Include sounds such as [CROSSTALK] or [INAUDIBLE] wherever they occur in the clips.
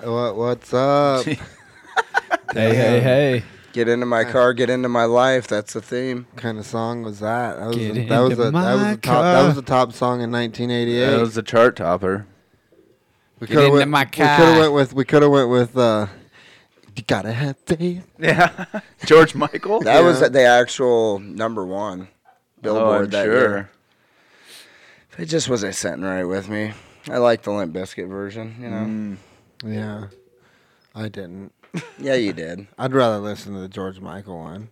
What's [LAUGHS] up? Hey, hey, hey. get into my car, get into my life. That's the theme. Kind of song was that? That was Get that was into a, that was my a top that was car. the top song in 1988. That was the chart topper. we Get coulda into went- my We car. could have went with we could have went with uh, you gotta have faith. Yeah, [LAUGHS] George Michael. That was Yeah. the actual number one Oh, Billboard I'm that sure. year. It just wasn't sitting right with me. I like the Limp Biscuit version, you know. Mm. Yeah, I didn't. Yeah, you did. [LAUGHS] I'd rather listen to the George Michael one.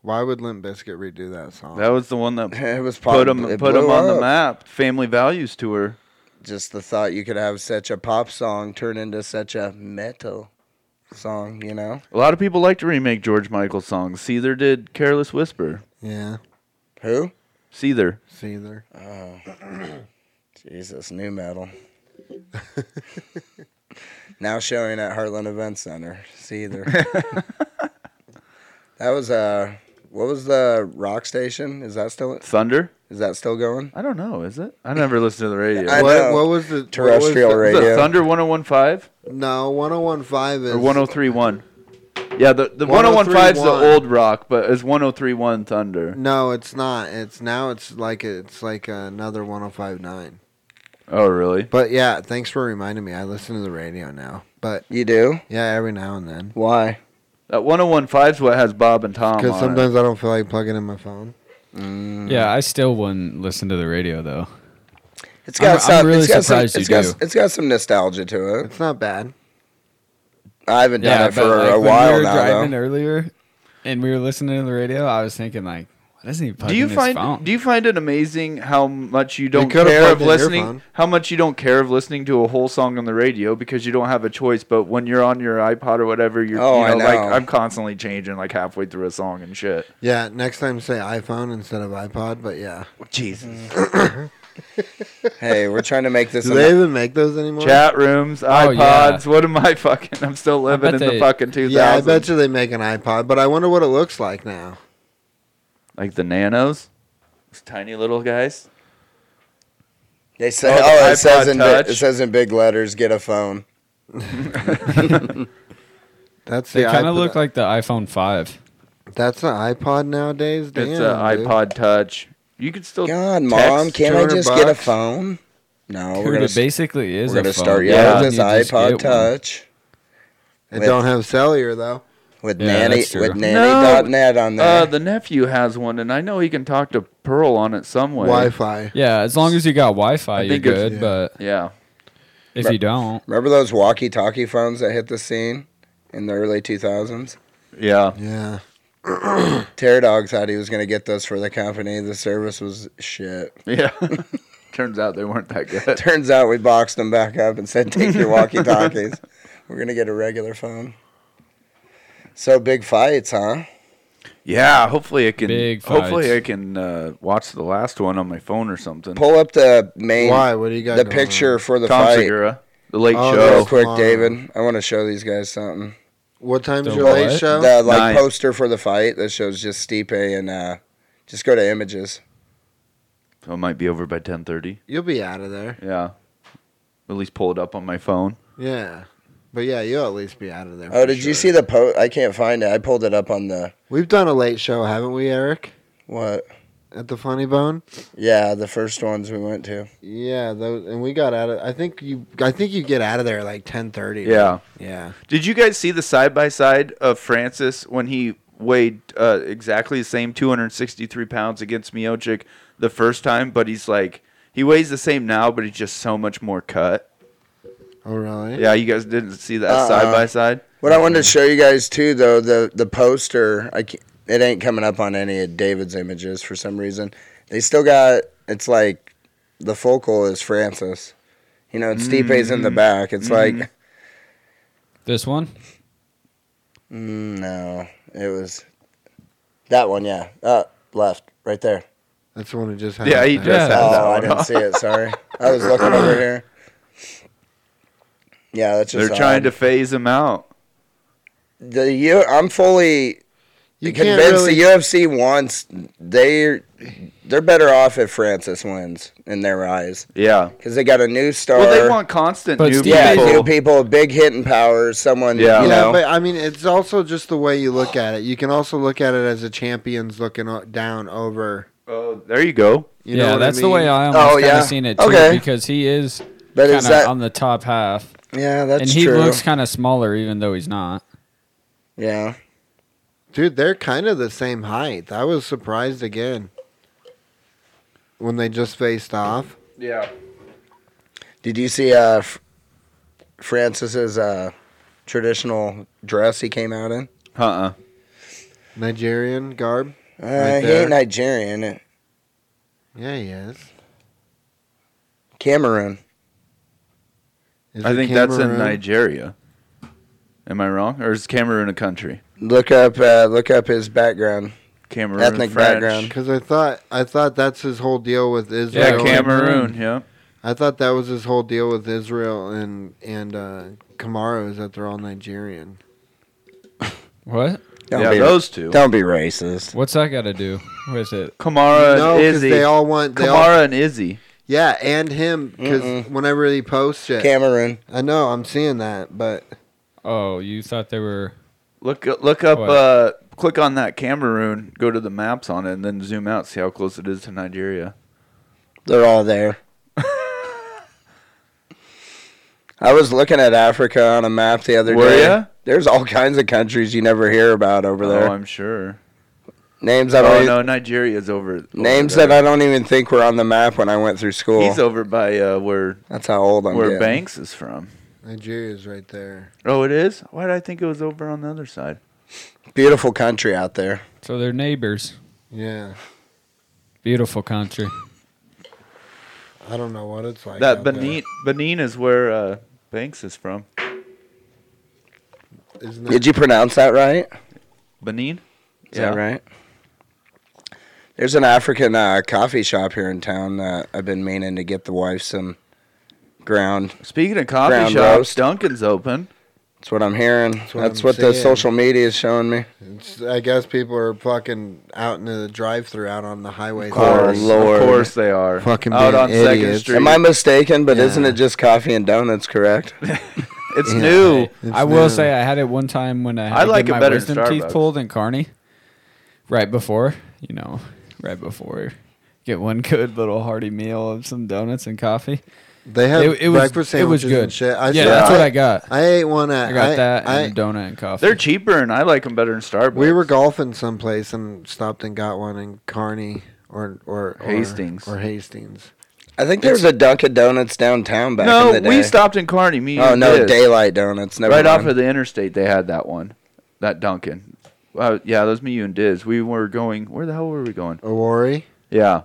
Why would Limp Bizkit redo that song? That was the one that It was pop- put him it put him blew on the up. map. Family Values tour. Just the thought you could have such a pop song turn into such a metal song, you know. A lot of people like to remake George Michael songs. Seether did "Careless Whisper." yeah, Who? Seether. see there. Oh, Jesus, new metal. now showing at Heartland Event Center. See either. that was uh, what was the rock station? Is that still Thunder. is that still going? I don't know. Is it? I never listened to the radio. I What? know. What, what was the what was Terrestrial the- Is radio. it Thunder 1015 No, 1015 is or 1031? Yeah, the, the 1015 is the 1031. old rock, but it's 1031 Thunder. No, it's not. It's now it's like it's like another 1059. Oh, really? But yeah, thanks for reminding me. I listen to the radio now. But You do? yeah, every now and then. Why? That 1015 is what has Bob and Tom Because on sometimes I don't feel like plugging in my phone. Yeah, I still wouldn't listen to the radio though. It's got I'm- I'm some. really it's got some. surprised you it's got, do. it's got some nostalgia to it. It's not bad. I haven't done yeah, it for but, like, a when while we were now. driving though. earlier, and we were listening to the radio. I was thinking like, why doesn't he plug Do you in his phone? find do you find it amazing how much you don't could've care plugged of in your listening phone. how much you don't care of listening to a whole song on the radio because you don't have a choice but when you're on your iPod or whatever you're Oh, you I know, like know. I'm constantly changing like halfway through a song and shit. Yeah, next time say iPhone instead of iPod. But yeah, Oh, Jesus. Mm. Hey, we're trying to make [LAUGHS] [COUGHS] this. do an- they even make those anymore? Chat rooms, iPods, Oh, yeah. what am I [LAUGHS] fucking I'm still living bet in the they- fucking 2000s. yeah, I bet you they make an iPod. But I wonder what it looks like now. like the nanos. Those tiny little guys. They say, Oh, the oh, iPod it says in bi- Touch. it says in big letters, get a [LAUGHS] phone. [LAUGHS] That's They the kind of iPod- look like the [LAUGHS] iPhone five. That's an iPod nowadays. Damn, it's an dude. iPod touch. You could still God, text. mom, can't I 200 just get a bucks. phone? No, we're Dude, gonna it basically is. we're gonna a phone. start Yeah, yeah, with you this just get iPod one. Touch It don't have cellular though. with Yeah, nanny that's true. with No. nanny.net on there. Uh, the nephew has one, and I know he can talk to Pearl on it some way. Wi-Fi. Yeah, as long as you got Wi-Fi, I you're think it's- good. yeah. But Yeah. if Right. you don't, Remember those walkie-talkie phones that hit the scene in the early 2000s? Yeah. Yeah. Teradog thought he was gonna get those for the company. The service was shit. Yeah. [LAUGHS] Turns out they weren't that good. Turns out we boxed them back up and said, "Take [LAUGHS] your walkie-talkies. we're gonna get a regular phone." So big fights, huh? Yeah, hopefully I can Big hopefully fights. I can uh, watch the last one on my phone or something. Pull up the main Why? What do you got? the going picture on? for the Tom fight. Segura, The Late Oh, Show. Real that's- quick, Wow. David. I want to show these guys something. What time's The your late what? show? The like Nice. poster for the fight that shows just Stipe and uh, just go to images. So it might be over by 10:30. You'll be out of there. Yeah. At least pull it up on my phone. Yeah. But yeah, you'll at least be out of there. Oh, for did you sure. see the post? I can't find it. I pulled it up on the We've done a late show, haven't we, Eric? what? At the Funny Bone. Yeah, the first ones we went to. Yeah, those, and we got out of. I think you. I think you get out of there at like ten thirty. Yeah. Yeah. Did you guys see the side by side of Francis when he weighed uh, exactly the same 263 pounds against Miocic the first time? But he's like, he weighs the same now, but he's just so much more cut. Oh really? Yeah, you guys didn't see Uh-uh. that side by side? What I wanted to show you guys too, though the the poster, I can't, it ain't coming up on any of David's images for some reason. They still got it's like the focal is Francis. You know, and Stipe's in the Mm-hmm. back. It's like this one, mm, no, it was that one. Yeah, uh, left, right there. That's the one who just. Yeah, he happened. just had Yeah. that Oh, I one. didn't see it. Sorry, I was [LAUGHS] looking over here. Yeah, that's just They're trying odd. to phase him out. The U- I'm fully You can't convinced really. the UFC wants they they're better off if Francis wins in their eyes Yeah. because they got a new star. Well, they want constant But new Steve- people. yeah, new people, big hitting power, someone. Yeah. you You yeah, know, but I mean, it's also just the way you look at it. You can also look at it as a champions looking o- down over. Oh, there you go. You know yeah, what that's I the way mean? I almost Oh, kind yeah. of seen it too, Okay. because he is but kind is of that on the top half, yeah? That's and he true. looks kind of smaller, even though he's not. yeah, Dude, they're kind of the same height. I was surprised again when they just faced off. Yeah. Did you see uh, F- Francis's uh, traditional dress he came out in? Uh uh Nigerian garb. Uh, Right he there. ain't Nigerian. Yeah, he is. Cameroon. Is I it think that's in Cameroon? Nigeria. Am I wrong? Or is Cameroon a country? Look up, uh, look up his background. Cameroon. Ethnic French. background. Cause I thought I thought that's his whole deal with Yeah, Israel. Cameroon. Yeah. I thought that was his whole deal with Israel and and uh, Camaro is that they're all Nigerian. What? Don't, yeah, be, those two. don't be racist. What's that got to do with it? Kamara no, and because Izzy. they all want they all, Kamara and Izzy. yeah, and him because Mm-mm. whenever he posts it, Cameroon. I know I'm seeing that, but Oh, you thought they were Look look up What? uh click on that Cameroon, go to the maps on it and then zoom out, see how close it is to Nigeria. They're all [LAUGHS] there. I was looking at Africa on a map the other Were day. ya? There's all kinds of countries you never hear about over there. Oh, I'm sure. names I don't oh e- no, Nigeria's over. over names there. that I don't even think were on the map when I went through school. He's over by uh, where That's how old I'm where getting. Banks is from. Nigeria's right there. Oh, it is. Why did I think it was over on the other side? Beautiful country out there. so they're neighbors. Yeah, Beautiful country. I don't know what it's like. that out there. Benin Benin is where uh, Banks is from. Isn't Did it? you pronounce that right? Benin. Is that right? There's an African uh, coffee shop here in town that I've been meaning to get the wife some ground. Speaking of coffee Ground shops, roast. Duncan's open. That's what I'm hearing. That's what what, I'm the saying. social media is showing me. It's- I guess people are fucking out into the drive-through out on the highway. course. there. Oh, Lord. Of course they are. Fucking out being on Second idiots. Street. Am I mistaken? But Yeah. isn't it just coffee and donuts? Correct. it's Yeah. new. It's I will new. say I had it one time when I had I to like get it my better wisdom than teeth Starbucks. pulled in Carney. Right before, you know, right before. Get one good little hearty meal of some donuts and coffee. They have It- it was- breakfast it was sandwiches good. and shit. I yeah, saw- that's what I got. I ate one at. I got I- that and I- a donut and coffee. They're cheaper, and I like them better than Starbucks. we were golfing someplace and stopped and got one in Kearney or or, or Hastings. or Hastings. I think there was a Dunkin' Donuts downtown back in no, the day. we stopped in Kearney. Me. Oh and no, Biz. daylight donuts. Never right mind. off of the interstate, they had that one, that Duncan. Uh, yeah, that was me, you, and Diz. We were going. Where the hell were we going? Awari. Yeah.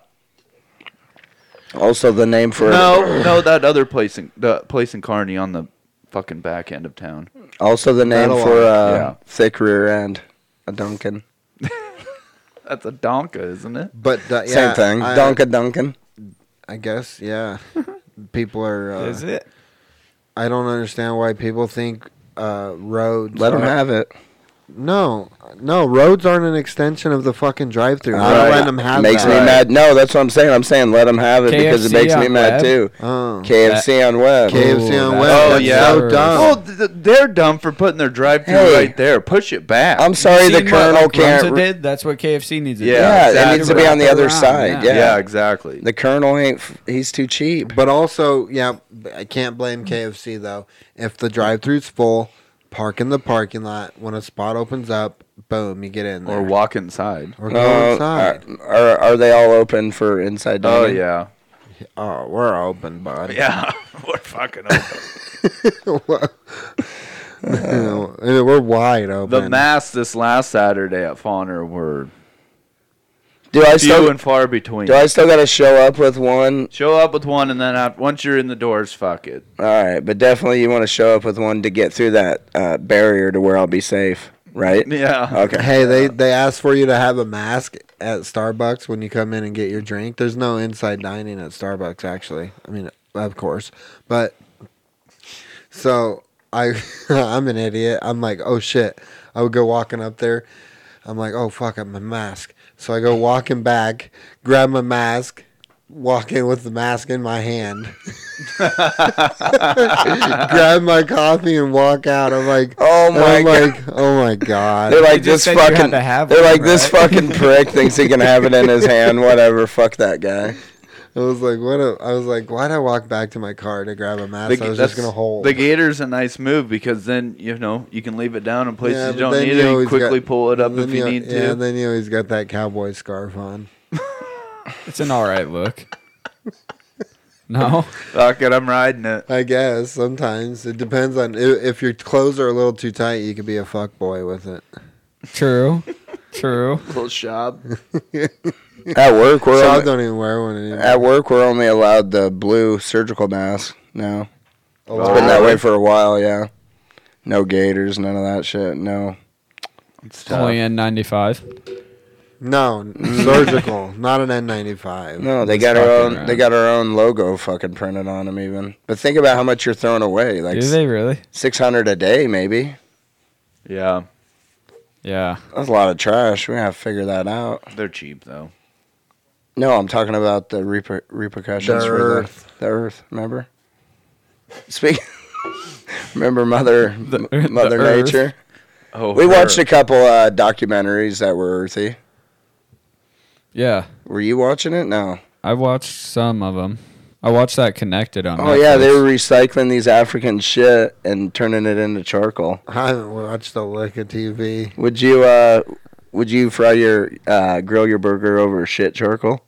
also the name for [LAUGHS] No, no, that other place in the place in Kearney on the fucking back end of town. Also the name That'll for uh, Yeah. thick rear end. A Dunkin'. That's a Donka, isn't it? But the, yeah, Same thing. I, Dunkin' Dunkin'. I guess [LAUGHS] yeah. people are. Uh, Is it? I don't understand why people think uh, roads. Let them are- have it. No, no, roads aren't an extension of the fucking drive-through. How Right. do I let 'em have makes that? me mad. No, that's what I'm saying. I'm saying let them have it because it KFC makes me on mad web. too. Oh. KFC on web. KFC Ooh, on that- West. Oh, that's yeah. so dumb. Oh. Well, th- th- they're dumb for putting their drive-through Hey. right there. Push it back. I'm sorry You the seen what, colonel like, can't. Runza did? That's what KFC needs to Yeah, do. yeah, exactly. it needs to be on the Wrap it other around, side. yeah. Yeah. yeah. exactly. the colonel ain't. F- he's too cheap. But also, yeah, b- I can't blame KFC though. If the drive-through's full, park in the parking lot. When a spot opens up, boom, you get in there. Or Uh, walk inside. Or go No, inside. are, Uh, are are they all open for inside Oh dining? yeah, oh, we're open, [LAUGHS] [LAUGHS] bud. yeah. We're fucking open. Yeah, we're wide open. the mass this last Saturday at Fauner were Do I few still and far between. do I still gotta show up with one? Show up with one, and then after, once you're in the doors, fuck it. [LAUGHS] All right, but definitely you want to show up with one to get through that uh, barrier to where I'll be safe, right? Yeah. Okay. Hey, they they ask for you to have a mask at Starbucks when you come in and get your drink. There's no inside dining at Starbucks, actually. I mean, of course, but so I [LAUGHS] I'm an idiot. I'm like, oh shit. I would go walking up there. I'm like, oh fuck, I'm a mask. So I go walking back, grab my mask, walk in with the mask in my hand, [LAUGHS] [LAUGHS] grab my coffee, and walk out. I'm like, Oh my I'm god. like, oh my god. They're like You just this said you had fucking. to have they're one, like this right?" fucking prick thinks he can have it in [LAUGHS] his hand. Whatever. Fuck that guy. I was like, what? A, I was like, why'd I walk back to my car to grab a mask? The- I was that's- just gonna hold. The gator's a nice move because then you know you can leave it down in places Yeah, you but don't then need you it. You always quickly got- pull it up Then if you al- need Yeah, to. then you always got that cowboy scarf on. It's an all right look. [LAUGHS] No, Fuck it, I'm riding it. I guess sometimes it depends on i- if your clothes are a little too tight, you could be a fuck boy with it. true, true. Little shop. At work, we're So I only- don't even wear one anymore. at work we're only allowed the blue surgical mask now. A It's lot. been that Wow. way for a while. Yeah. No gators. None of that shit. No. It's tough. [LAUGHS] Only N95. [LAUGHS] No, [LAUGHS] n- surgical, not an N95. No, they It's got our fucking own. They rad. got our own logo fucking printed on them. Even, but think about how much you're throwing away. Like Do they really? six hundred a day, maybe. Yeah, Yeah. That's a lot of trash. We have to figure that out. they're cheap though. No, I'm talking about the reper- repercussions The for earth. The, the earth. Remember? Speak. [LAUGHS] remember, mother, The- m- mother the earth. nature. Oh, We her. watched a couple uh, documentaries that were earthy. Yeah. Were you watching it? No. I watched some of them. I watched that connected on. Oh yeah, they Netflix. were recycling these African shit and turning it into charcoal. I haven't watched a lick of TV. Would you uh would you fry your uh grill your burger over shit charcoal?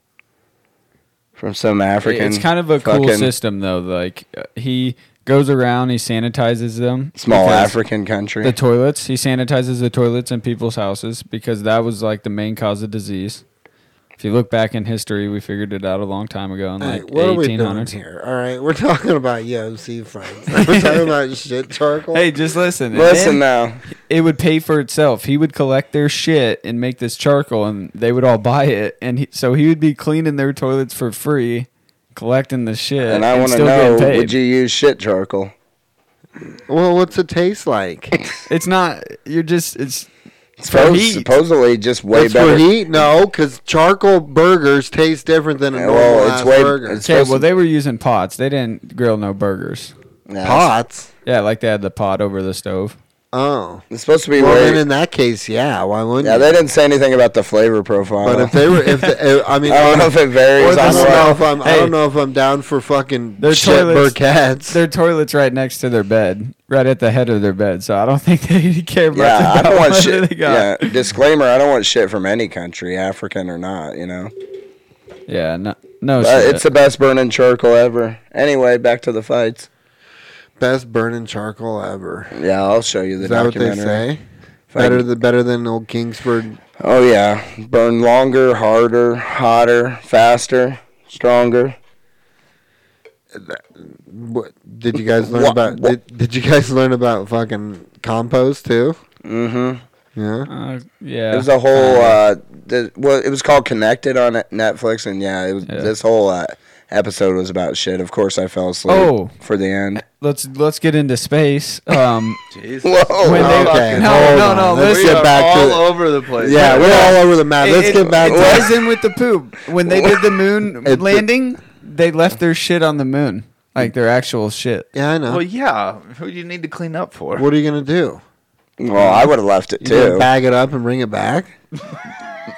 From some African It's kind of a cool fucking system though. Like uh, he goes around, he sanitizes them. small because African country. The toilets. He sanitizes the toilets in people's houses because that was like the main cause of disease. If you look back in history, we figured it out a long time ago in All right, like what are we eighteen doing hundreds. here? All right, we're talking about UFC fights. [LAUGHS] We're talking about shit charcoal. Hey, just listen. Listen now. it would pay for itself. He would collect their shit and make this charcoal, and they would all buy it. And he, so he would be cleaning their toilets for free, collecting the shit, And I want to still know getting paid. would you use shit charcoal? Well, what's it taste like? It's not. You're just. It's for Suppos- heat. supposedly just way That's better. for heat? No, because charcoal burgers taste different than a Yeah, normal well, it's ass way- burger. it's Okay, well they were using pots. They didn't grill no burgers. Yeah, Pots. Yeah, like they had the pot over the stove. Oh. It's supposed to be Well, then way in that case, yeah. Why wouldn't? Yeah, you? they didn't say anything about the flavor profile. But if they were, if the, uh, I mean, [LAUGHS] I don't know if or it varies I on don't know if what. I'm, I Hey. don't know if I'm down for fucking Their shit toilets- burkettes. Their toilets right next to their bed, right at the head of their bed. So I don't [LAUGHS] think they care much Yeah, [LAUGHS] I about don't want what shit. they got. Yeah, disclaimer: I don't want shit from any country, African or not. You know. Yeah, no, no Uh, shit. it's the best burning charcoal ever. Anyway, back to the fights. Best burning charcoal ever. Yeah, I'll show you the Is that what documentary. they say? If I Better can- the better than old Kingsford. oh yeah, burn longer, harder, hotter, faster, stronger. What, did you guys learn Wha- about? wha- Did, did you guys learn about fucking compost too? Mm-hmm. Yeah. Uh, It yeah. Um, was a whole. Uh, the, well, it was called Connected on Net- Netflix, and yeah, it was Yeah. this whole uh, episode was about shit. Of course, I fell asleep Oh. for the end. let's let's get into space. Um, Jesus. [LAUGHS] Whoa. Um, When they- okay. no, hold no, on. no, Let's we listen. get are back all to. it. over the place. yeah, we're all over the map. Let's it- get back It to. ties in with the poop. When they did the [LAUGHS] moon It- landing, they left their shit on the moon, like their actual shit. Yeah, I know. Well, yeah. Who do you need to clean up for? What are you gonna do? Well, I would have left it You gonna too. bag it up and bring it back?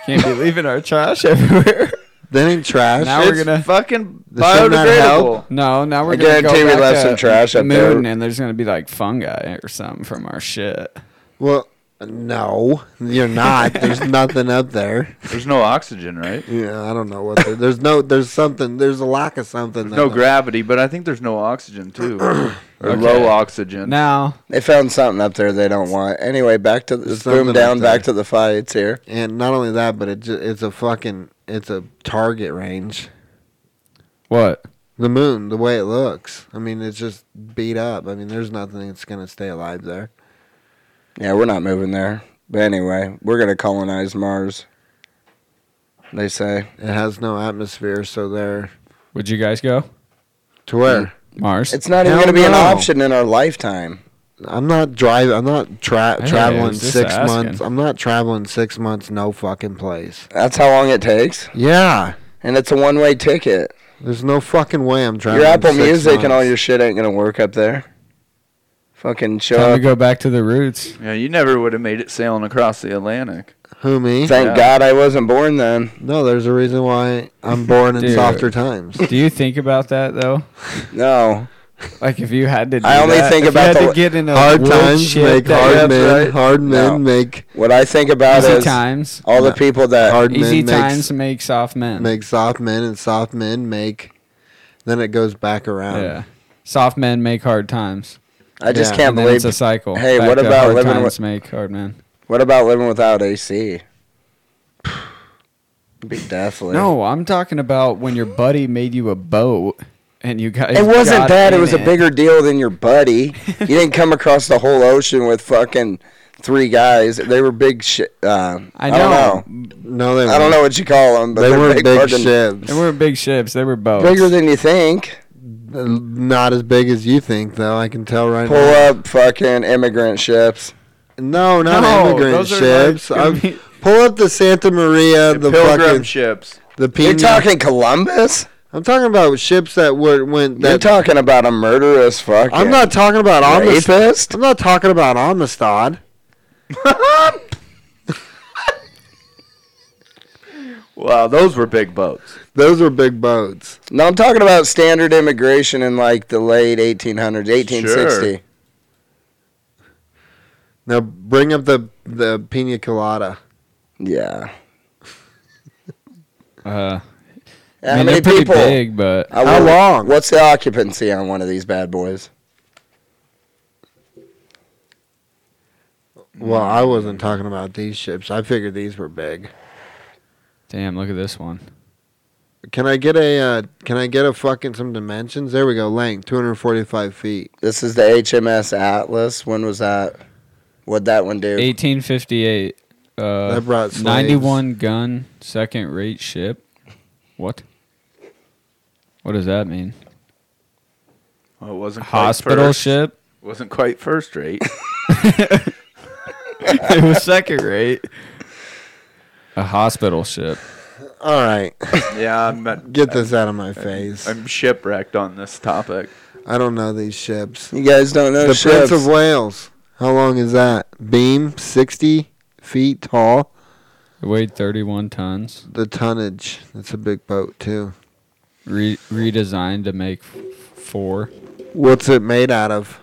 Can't be leaving our trash [LAUGHS] everywhere. That ain't trash. Now it's we're gonna. fucking shouldn't that biodegradable. help? No, now we're I gonna go guarantee we back left to some trash the up there. moon, and there's gonna be like fungi or something from our shit. Well, no, you're not. There's nothing up there. There's no oxygen, right? Yeah, I don't know what. there- There's no. There's something. There's a lack of something. No that- gravity, but I think there's no [CLEARS THROAT] oxygen too, or Okay. low oxygen. Now, They found something up there they don't want. Anyway, back to the, Something boom up down, there. back to the fights here. And not only that, but it ju- it's a fucking it's a target range. what? The moon, the way it looks. I mean, it's just beat up. I mean, there's nothing that's gonna stay alive there. Yeah, we're not moving there. But anyway, we're gonna colonize Mars. They say. It has no atmosphere, so there Would you guys go to where Mars? It's not even Hell gonna be an no. option in our lifetime. I'm not driving. I'm not tra- Hey, traveling it's just six asking. months. I'm not traveling six months. No fucking place. That's how long it takes, Yeah, and it's a one-way ticket. there's no fucking way I'm driving. your Apple six Music and all months. your shit ain't gonna work up there. Fucking show Time to up. go back to the roots. Yeah, you never would have made it sailing across the Atlantic. who me? Thank Yeah. God I wasn't born then. No, there's a reason why I'm born in Dude. softer [LAUGHS] times. Do you think about that though? No, Like if you had to, do I only that, think if about you had the- to get in a Hard wood times shit make that- hard That's men. right. Hard men No. make what I think about easy is times. all the No. people that hard men Uh, Easy makes, times make soft men. make soft men, and soft men make. Then it goes back Um, around. yeah, soft men make hard times. I just Yeah, can't And then it's believe. a cycle. Hey, Back what to about hard living times with- make hard men? What about living without AC? Be deathly. No, I'm talking about when your buddy made you a boat and you guys. It wasn't got that. It in was a bigger deal than your buddy. you didn't come across the whole ocean with fucking three guys. They were big shit. Uh, I I, know. don't know. No, they I don't know what you call them, but They are were big, big fucking- ships. They weren't big ships. They were boats. Bigger than you think. Not as big as you think, though. I can tell right Pull now. up fucking immigrant ships. No, not No, immigrant those are like- ships. I'm- pull up the Santa Maria, the, Pilgrim fucking ships. the You're Pina. talking Columbus? I'm talking about ships that would went. You're That, talking about a murderous fucking. I'm not talking about Amistad. rapist. I'm not talking about Amistad. Wow, those were big boats. Those were big boats. No, I'm talking about standard immigration in like the late 1800s, 1860. Sure. Now bring up the the pina colada. Yeah. Uh, How I mean, many they're pretty people? big, but I How wonder- long? What's the occupancy on one of these bad boys? Well, I wasn't talking about these ships. I figured these were big. damn, look at this one. Can I get a uh, Can I get a fucking some dimensions? There we go. Length 245 feet. This is the HMS Atlas. When was that? What'd that one do? 1858. Uh, That brought slaves. 91 gun second rate ship. What? What does that mean? Well, it wasn't quite Hospital first. ship? Wasn't quite first [LAUGHS] rate. it was second rate. A hospital ship. All right, [LAUGHS] yeah, I'm, at- get this out of my face. I'm shipwrecked on this topic. I don't know these ships. You guys don't know the ships. Prince of Wales. How long is that? Beam, 60 feet tall. It weighed 31 tons. The tonnage. That's a big boat, too. Re- redesigned to make f- four. What's it made out of?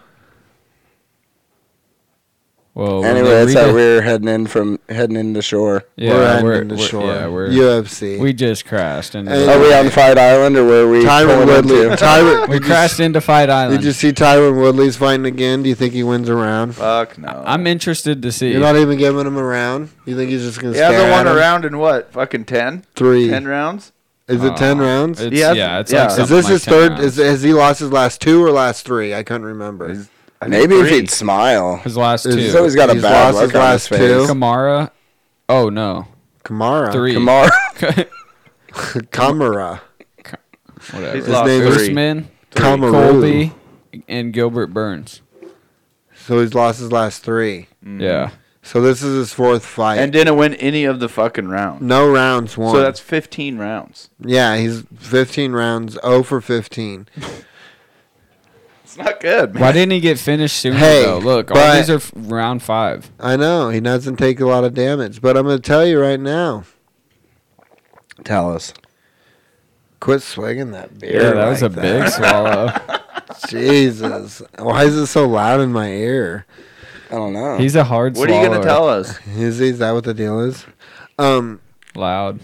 Well, when they anyway, that's how rede- we were heading in from heading into shore. Yeah, we're we're, ending the we're- shore. yeah, we're- UFC. we just crashed. And Hey, Are we on Fight Island or were we? Tyron pulling Woodley. into- Tyron, [LAUGHS] we did you- crashed into Fight Island. Did you see Tyron Woodley's fighting again? Do you think he wins a round? Fuck no. I'm interested to see. You're not even giving him a round. You think he's just gonna? yeah, stare the one at him? around in what? Fucking 10? Three. 10 rounds? Is it ten Uh, rounds? It's, Yeah, yeah, that's- it's yeah. like Is Is something this like his 10 third? rounds. Is, has he lost his last two or last three? I couldn't remember. Is- Maybe if Three. he'd smile. His last Is- two. He's always got a He's bad lost look his on last his face. two. Uh, Kamara. Oh no, Kamara. three. Kamar. Kamara. [LAUGHS] Whatever. He's lost name is- three. Usman, Kamaru. Colby, and Gilbert Burns. So he's lost his last three. Yeah, So this is his fourth fight. And didn't win any of the fucking rounds. no rounds won. So that's 15 rounds. yeah, he's 15 rounds, 0 for 15. It's not good, man. why didn't he get finished sooner? Hey, though? look, all but- these are f- round five. I know he doesn't take a lot of damage, but I'm gonna tell you right now, [LAUGHS] Tell us. quit swinging that beer. Yeah, that was a like [LAUGHS] big swallow. [LAUGHS] Jesus. Why is it so loud in my ear? I don't know. He's a hard. What are you going to swallower. tell us? Is, is that what the deal is? Um, Loud.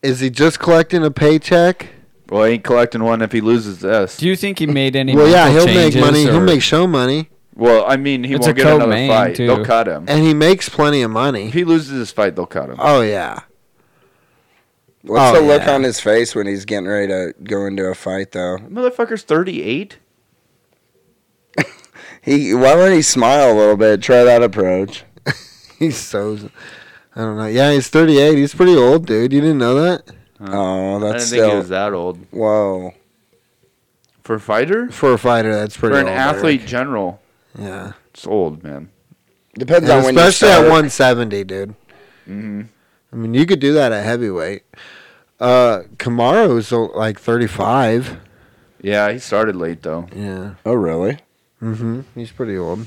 is he just collecting a paycheck? Well, he ain't collecting one if he loses this. Do you [LAUGHS] think he made any? Well, yeah, he'll mental make changes money. He'll or- make show money, Well, I mean, he It's won't a get another co-main, fight. too. They'll cut him. and he makes plenty of If money. he loses this fight, they'll cut him. Uh, Oh yeah, What's Oh, the look yeah. on his face when he's getting ready to go into a fight, though? Motherfucker's 38. He why wouldn't he smile a little bit? Try that approach. [LAUGHS] he's so. I don't know. Yeah, he's 38. He's pretty old, dude. You didn't know that? Oh, I didn't that's think he still was that old. whoa. For a fighter? For a fighter, that's pretty. For an old, athlete Eric. general. Yeah. It's old, man. Depends And on when especially you at start. Mm-hmm. 170, dude. Mhm. I mean, you could do that at heavyweight. Uh, Camaro is uh, like 35. Yeah, he started late though. Yeah. Oh, really? Mm-hmm. He's pretty old.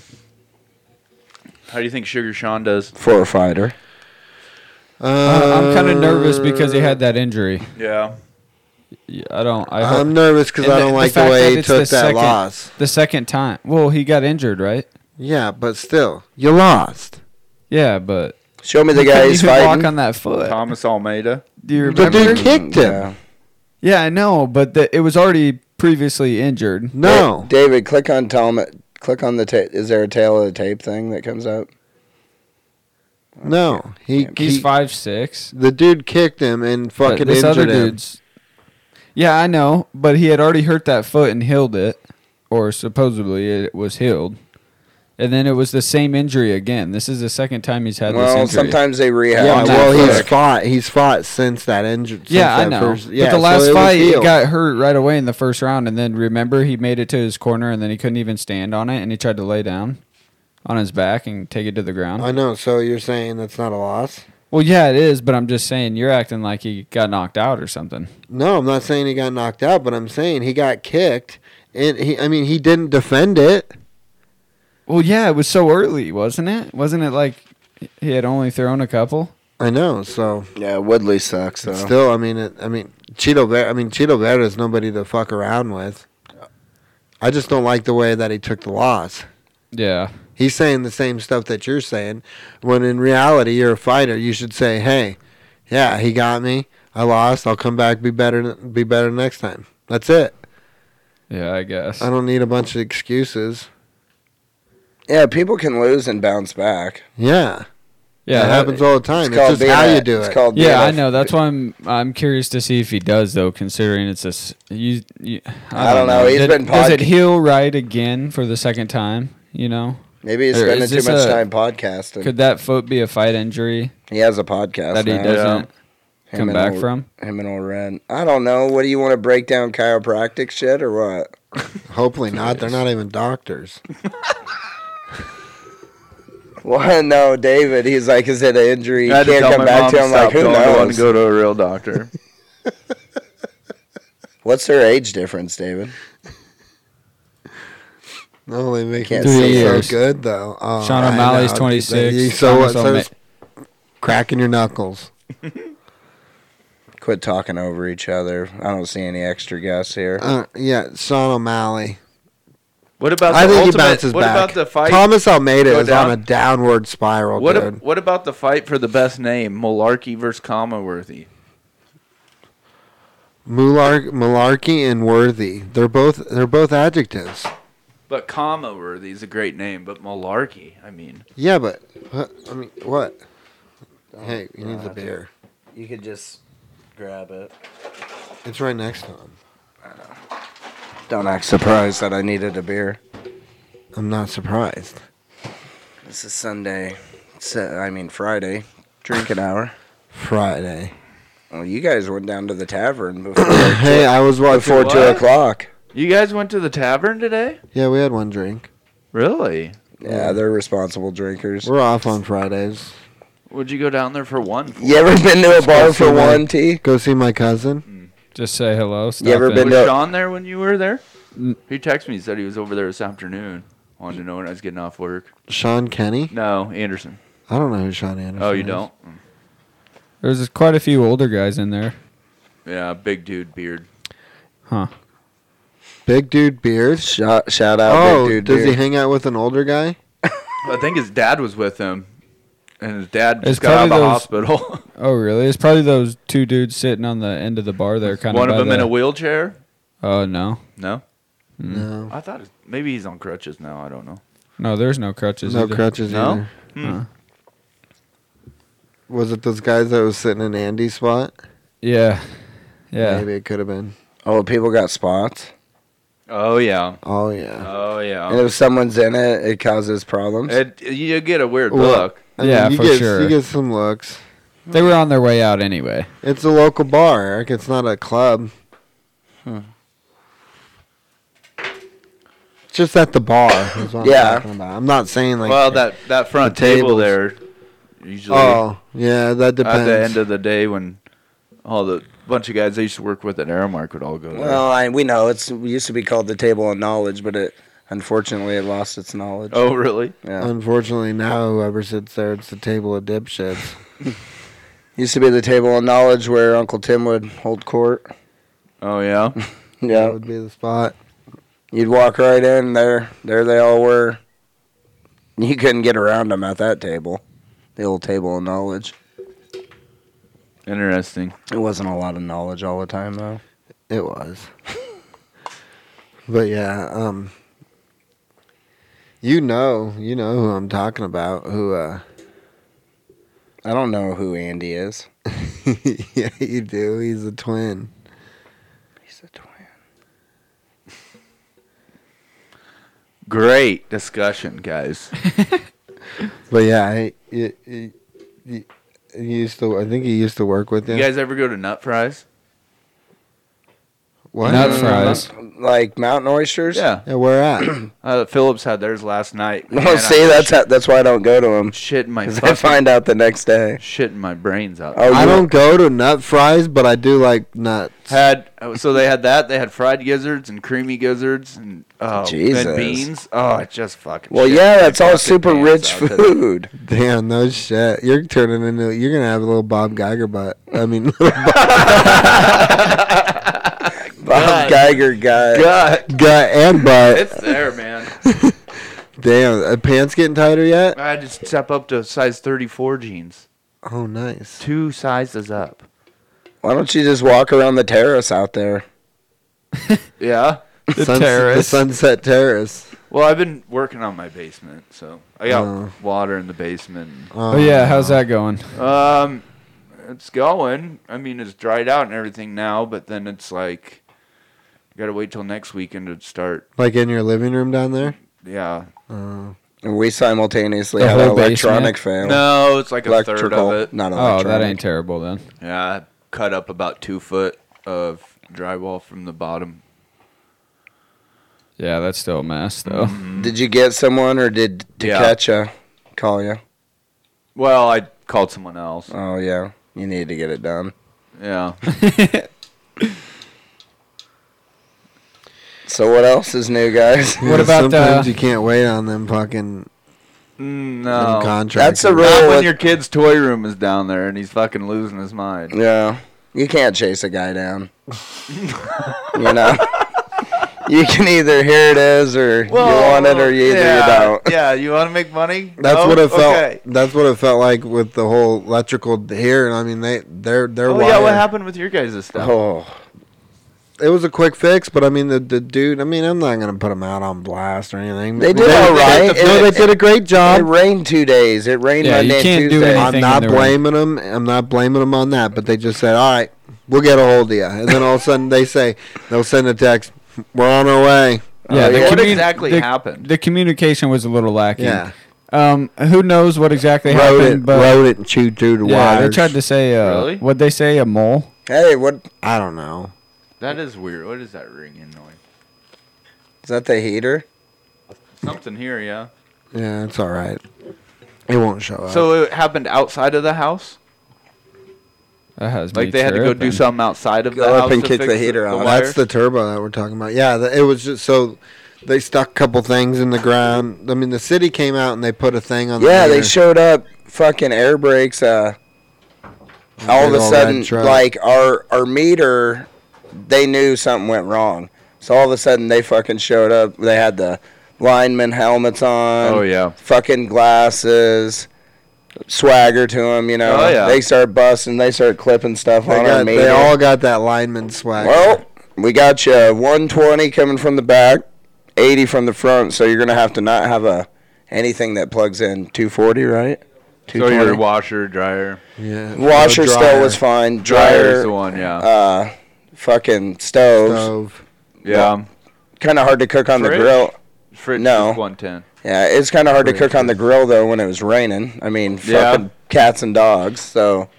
How do you think Sugar Sean does? For a fighter. I- Uh, I'm uh, kind of nervous because he had that injury. Yeah. Yeah, I don't. I hope, I'm nervous because And I the- don't the like the fact that way he it's took the that second- loss. the second time. Well, he got injured, right? Yeah, but still, you lost. Yeah, but Show me the He guy couldn't he's even fighting. walk on that foot. Thomas Almeida. Do you The remember? dude kicked him. Yeah. Yeah, I know, but the, it was already previously injured. No. Da- David, click on Tom. Click on the tape. Is there a tail of the tape thing that comes up? No. He, He's he- five six. The dude kicked him and fucking this injured other him. dude's. Yeah, I know, but he had already hurt that foot and healed it, or supposedly it was healed, and then it was the same injury again. This is the second time he's had this Well, injury. sometimes they rehab. Yeah, on well, that he's hook. fought. He's fought since that injury. yeah, I know. but the last fight, he got hurt right away in the first round, and then remember he made it to his corner, and then he couldn't even stand on it, and he tried to lay down on his back and take it to the ground. I know. So you're saying that's not a loss? well, yeah, it is, but I'm just saying you're acting like he got knocked out or something. No, I'm not saying he got knocked out, but I'm saying he got kicked, and he. I mean, he didn't defend it. Well, yeah, it was so early, wasn't it? Wasn't it like he had only thrown a couple? I know. So Yeah, Woodley sucks though. but still, I mean, it, I mean, Cheeto. Ver- I mean, Cheeto Vera is nobody to fuck around with. I just don't like the way that he took the loss. Yeah. He's saying the same stuff that you're saying, when in reality, you're a fighter. You should say, "Hey, yeah, he got me. I lost. I'll come back, be better, be better next time." That's it. Yeah, I guess. I don't need a bunch of excuses. yeah, people can lose and bounce back. Yeah, yeah, that happens all the time. It's, called just being how a- you do it's it. Called being Yeah, a- I know. That's why I'm I'm curious to see if he does though, considering it's a s- you. you I don't know. He's Did- been does it podca- heal right again for the second time? You know, Maybe he's Or spending is too this much a- time podcasting. could that foot be a fight injury he has a podcast that he now. doesn't Him come and back old- from? Him and old Ren. I don't know. What do you want to break down chiropractic shit or what? [LAUGHS] Hopefully not. They're not even doctors. Well, no, David. He's like, is it an injury? You I had to can't tell come my back mom to. to I'm like, stop who going to one knows? to go to a real doctor. What's their age difference, David? No, they make Can't it Three sound years. so good though. Oh, Sean I O'Malley's know. 26. You- So what? Thomas So O'Ma- it's cracking your knuckles. Quit talking over each other. I don't see any extra guests here. Uh, yeah, Sean O'Malley. [LAUGHS] What about the I think ultimate, he bounces what back. about the fight? Thomas Almeida Go is down? on a downward spiral, what, dude. a, what about the fight for the best name? Malarkey versus Commaworthy. Mular- Malarkey and Worthy. They're both they're both adjectives. But Commaworthy is a great name, but Malarkey, I mean. Yeah, but huh, I mean, what? Hey, he needs a have to. beer. You could just grab it. It's right next to him. Don't act surprised that I needed a beer. I'm not surprised. This is Sunday. It's, uh, I mean Friday. Drinking hour. Friday. Well, you guys went down to the tavern [COUGHS] before hey, I was watching. before what? two o'clock. You guys went to the tavern today? Yeah, we had one drink. Really? Yeah, they're responsible drinkers. We're off on Fridays. Would you go down there for one? You ever been to a bar Especially for when- one tea? Go see my cousin. Just say hello. Stop ever it. been Was No. Sean there when you were there? N- He texted me, said he was over there this afternoon. Wanted to know when I was getting off work. Sean Kenny. No, Anderson. I don't know who Sean Anderson. Oh, you is. don't? Mm. There's quite a few older guys in there. Yeah, big dude, beard. Big dude beard. Shout, shout out, Oh, big dude. does beer. he hang out with an older guy? I think his dad was with him, and his dad It's just got out of the probably hospital. [LAUGHS] Oh, really? It's probably those two dudes sitting on the end of the bar there, kind One of. of them in a wheelchair. Oh no, No, No, I thought it, maybe he's on crutches now. I don't know. no, there's no crutches. no either. crutches. No? either. Hmm. Uh. Was it those guys that was sitting in Andy's spot? Yeah, yeah. Maybe it could have been. Oh, people got spots. Oh yeah. Oh yeah. Oh And yeah. if someone's in it, it causes problems. It, you get a weird Well, look. Yeah, you for get, sure. You get some looks. They were on their way out anyway. It's a local bar, Eric. It's not a club. just at the bar. Is what Yeah. I'm, talking about. I'm not saying like well, that that front table tables. there, usually Oh yeah, that depends. at the end of the day when all the bunch of guys I used to work with at Aramark would all go there. Well, I, we know it's it used to be called the table of knowledge, but it unfortunately it lost its knowledge. oh, really? Yeah. Unfortunately, now whoever sits there, it's the table of dipshits. used to be the table of knowledge where Uncle Tim would hold court. Oh, [LAUGHS] yeah. That Yeah. would be the spot. You'd walk right in there. There they all were. You couldn't get around them at that table. The old table of knowledge. Interesting. It wasn't a lot of knowledge all the time though. It was. but yeah, um, you know, you know who I'm talking about. Who? uh [LAUGHS] I don't know who Andy is. Yeah, you do. He's a twin. He's a twin. Great discussion, guys. But yeah, I, he, he, he, he used to. I think he used to work with him. You guys ever go to Nut Fries? what? Nut fries. Like Mm-hmm. mountain oysters? Yeah. Yeah, where at? Uh, Phillips had theirs last night. No, Man, Oh, see, I- that's how, that's why I don't go to them. shit in [LAUGHS] my Because I fucking, find out the next day. shit in my brains out. Oh, I you- don't go to nut fries, but I do like nuts. Had so they had that. They had fried gizzards and creamy gizzards and oh, Jesus. and beans. Oh, it just fucking. Well, shit yeah, my that's all fucking super pants rich out [LAUGHS] today. food. [LAUGHS] Damn, no shit. You're turning into. You're gonna have a little Bob Geiger butt. I mean, [LAUGHS] Bob Geiger guy. God, gut and butt. it's there, man. Damn, are pants getting tighter yet? I had to step up to size thirty-four jeans. Oh, nice. Two sizes up. Why don't you just walk around the terrace out there? Yeah. The Suns- The terrace. Sunset Terrace. Well, I've been working on my basement, so I got Oh. water in the basement. Um, Oh yeah, how's that going? Um, it's going. I mean, it's dried out and everything now, but then it's like, you gotta wait till next weekend to start. Like in your living room down there? Yeah. Oh. And we simultaneously The had an whole electronic fan. No, it's like a third Electrical, of it. not Oh, electronic. that ain't terrible then. Yeah, I cut up about two foot of drywall from the bottom. Yeah, that's still a mess though. Mm. Did you get someone or did Mm-hmm. Yeah. Tekecha call you? Well, I called someone else. Oh, yeah. You need to get it done. Yeah. So what else is new, [LAUGHS] guys? What about uh, the- sometimes you can't wait on them fucking them Mm, no. contracts? That's a real- Not Well, it- when your kid's toy room is down there and he's fucking losing his mind. Yeah. You can't chase a guy down. you [LAUGHS] know? You can either here it is or you want it or you either yeah, you don't. Yeah, you want to make money? That's No? what it felt. Okay. That's what it felt like with the whole electrical here. And I mean, they they're they're. Oh wired. yeah, what happened with your guys' stuff? Oh. It was a quick fix, but I mean, the, the dude. I mean, I'm not gonna put him out on blast or anything. They but did all right. no, they It- did a great It job. rained two days. It rained Yeah, you Monday and can't do Tuesday. anything. I'm in not the ring. blaming them. I'm not blaming them on that. But they just said, "All right, we'll get a hold of you." And then all of a sudden, they say they'll send a text. We're on our way. Yeah, Oh, the yeah. What commu- exactly the- happened? The communication was a little lacking. Yeah, Um, who knows what exactly wrote happened? it, but wrote it, and chewed through the yeah, they wires. tried to say uh, Really? what they say a mole. Hey, what I don't know. That is weird. What is that ringing noise? is that the heater? Something here, yeah. Yeah, it's all right. It won't show Uh, up. So it happened outside of the house. That has Like me they had to go do tripping. something outside of Go the up house and to kick the fix heater the on. wire? That's the turbo that we're talking about. Yeah, the, it was just so they stuck a couple things in the ground. I mean, the city came out and they put a thing on. Yeah, the they meter. showed up fucking air brakes. Uh, all of Big a old sudden, red truck. like our our meter, they knew something went wrong. So all of a sudden, they fucking showed up. They had the lineman helmets on. Oh yeah. Fucking glasses, swagger to them. You know. Oh, yeah. They start busting. They start clipping stuff They, on our got, meter. they all got that lineman swag. well, we got you 120 coming from the back, 80 from the front. So you're gonna have to not have a anything that plugs in 240, right? So your washer, dryer, yeah, Washer no still dryer, was fine. dryer's the Dryer, one, yeah, uh, fucking stove. stove. yeah. Kind of hard to cook on Fridge? the grill. Fridge No. one ten. Yeah, it's kind of hard to cook on the grill though when it was raining. I mean, Yeah. fucking cats and dogs. So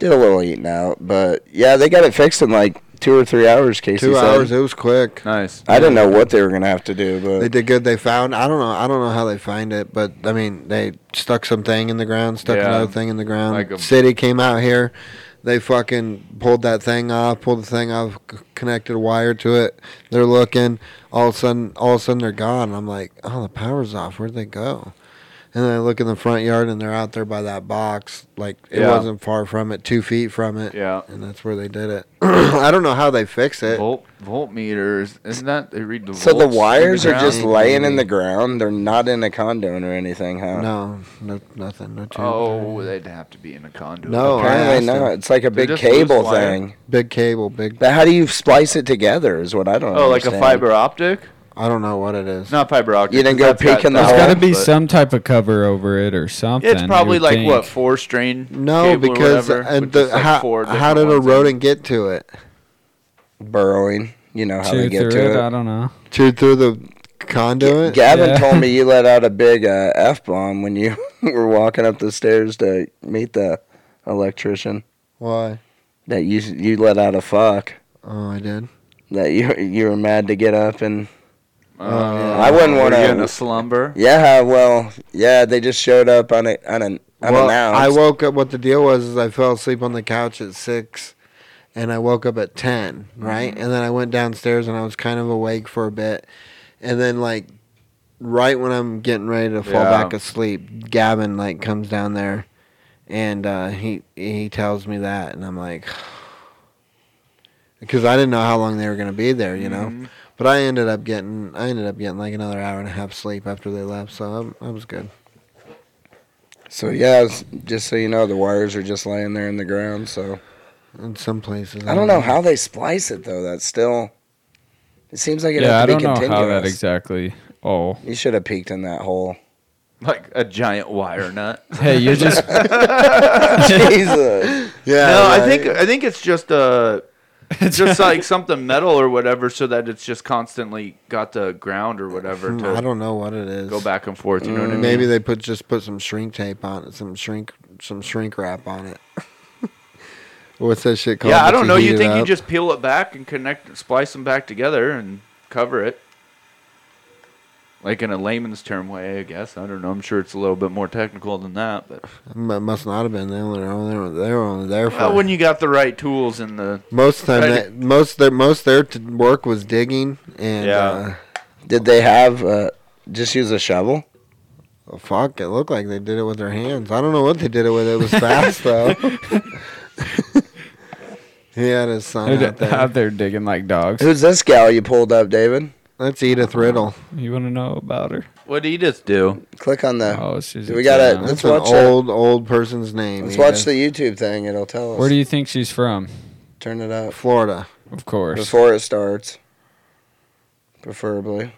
did a little eating out, but yeah, they got it fixed in like two or three hours. Casey Two said. hours. It was quick. Nice. I didn't know what they were gonna have to do, but They did good. They found. I don't know. I don't know how they find it, but I mean, they stuck something in the ground, stuck Yeah. another thing in the ground. Like a- City came out here. They fucking pulled that thing off, pulled the thing off, c- connected a wire to it. They're looking. All of a sudden, all of a sudden, they're gone. I'm like, oh, the power's off. Where'd they go? And then I look in the front yard, and they're out there by that box. Like it Yeah. wasn't far from it, two feet from it. Yeah. And that's where they did it. [CLEARS THROAT] I don't know how they fix it. Volt voltmeters. Isn't that they read the so the volts in wires are just ground? ground? laying in the ground. They're not in a condom or anything, huh? No, no, nothing. No change. Oh, they'd have to be in a conduit. No, I Apparently asked not. him. It's like a They're big just loose cable wire. thing. Big cable, big. But how do you splice it together? Is what I don't. Oh, like a understand. fiber optic? I don't know what it is. It's not fiber optic. You 'cause didn't go that's got- peek in the There's hole? got gotta to be but some type of cover over it or something. It's you probably would like think. what four strain? No, cable or because whatever, and with just, the, like, how four how different did a ones in. rodent get to it? burrowing. You know how Chew they get through to it, it. I don't know. Chewed through the conduit. Gavin Yeah. told me you let out a big uh, f bomb when you [LAUGHS] were walking up the stairs to meet the electrician. Why? That you you let out a fuck. Oh, I did. That you you were mad to get up and Uh, I wouldn't were wanna- you in a slumber. yeah well yeah they just showed up on it on an Well, unannounced. I woke up. What the deal was is I fell asleep on the couch at six, and I woke up at ten. Mm-hmm. Right, and then I went downstairs and I was kind of awake for a bit, and then like right when I'm getting ready to fall Yeah. back asleep, Gavin like comes down there, and uh, he he tells me that, and I'm like, [SIGHS] because I didn't know how long they were gonna be there, [LAUGHS] you know. Mm-hmm. Mhm. But I ended up getting I ended up getting like another hour and a half sleep after they left, so I, I was good. so yeah, it's- just so you know, the wires are just laying there in the ground. So In some places, I don't know how they splice it though. That's still. It seems like it Yeah, I have to don't be know continuous. how that exactly. Oh, you should have peeked in that hole. [LAUGHS] Like a giant wire [LAUGHS] nut. hey, [LAUGHS] you're just Jesus. Yeah, no, I right. think I think it's just [LAUGHS] uh it's just like something metal or whatever, so that it's just constantly got the ground or whatever Hmm, to I don't know what it is. go back and forth. You know what I mean? Maybe they put just put some shrink tape on it, some shrink some shrink wrap on it. [LAUGHS] What's that shit called? Yeah, I that don't know. heat You it think you up? just peel it back and connect, splice them back together and cover it. Like in a layman's term way, I guess. I don't know. I'm sure it's a little bit more technical than that, but M- it must not have been. They only they're only, they were only there for well, when you got the right tools and the most of the time. I- That, most their most their t- work was digging and Yeah. Did they have uh, just use a shovel? uh, fuck. It looked like they did it with their hands. I don't know what they did it with. It was fast [LAUGHS] though. [LAUGHS] he had his son out there. out there digging like dogs. Who's this gal you pulled up, David? That's Edith Riddle. You want to know about her? what Edith do? Click on the. Oh, she's. Do we a gotta- clown. Let's That's an watch it. old old person's name. Let's watch Edith. the YouTube thing. It'll tell us. Where do you think she's from? turn it up Florida. Of course. before it starts? Preferably.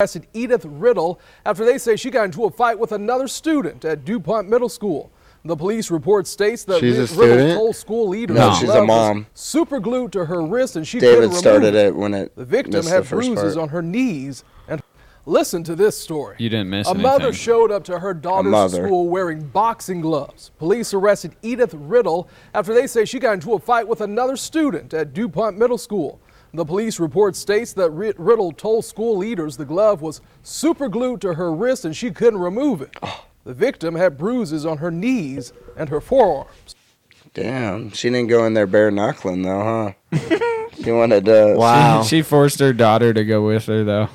arrested Edith Riddle after they say she got into a fight with another student at DuPont Middle School. The police report states that She's a Ri- Riddle student? told school leaders No. that She's a love was mom. Super glued to her wrist and she David couldn't started remove it when it. The victim missed had the first bruises part. on her knees and listen to this story. You didn't miss A mother anything. showed up to her daughter's mother. school wearing boxing gloves. Police arrested Edith Riddle after they say she got into a fight with another student at DuPont Middle School. The police report states that Ri- Riddle told school leaders the glove was super glued to her wrist and she couldn't remove it. The victim had bruises on her knees and her forearms. Damn, she didn't go in there bare knuckling though, [LAUGHS] huh? she wanted to. Wow. [LAUGHS] She forced her daughter to go with her though.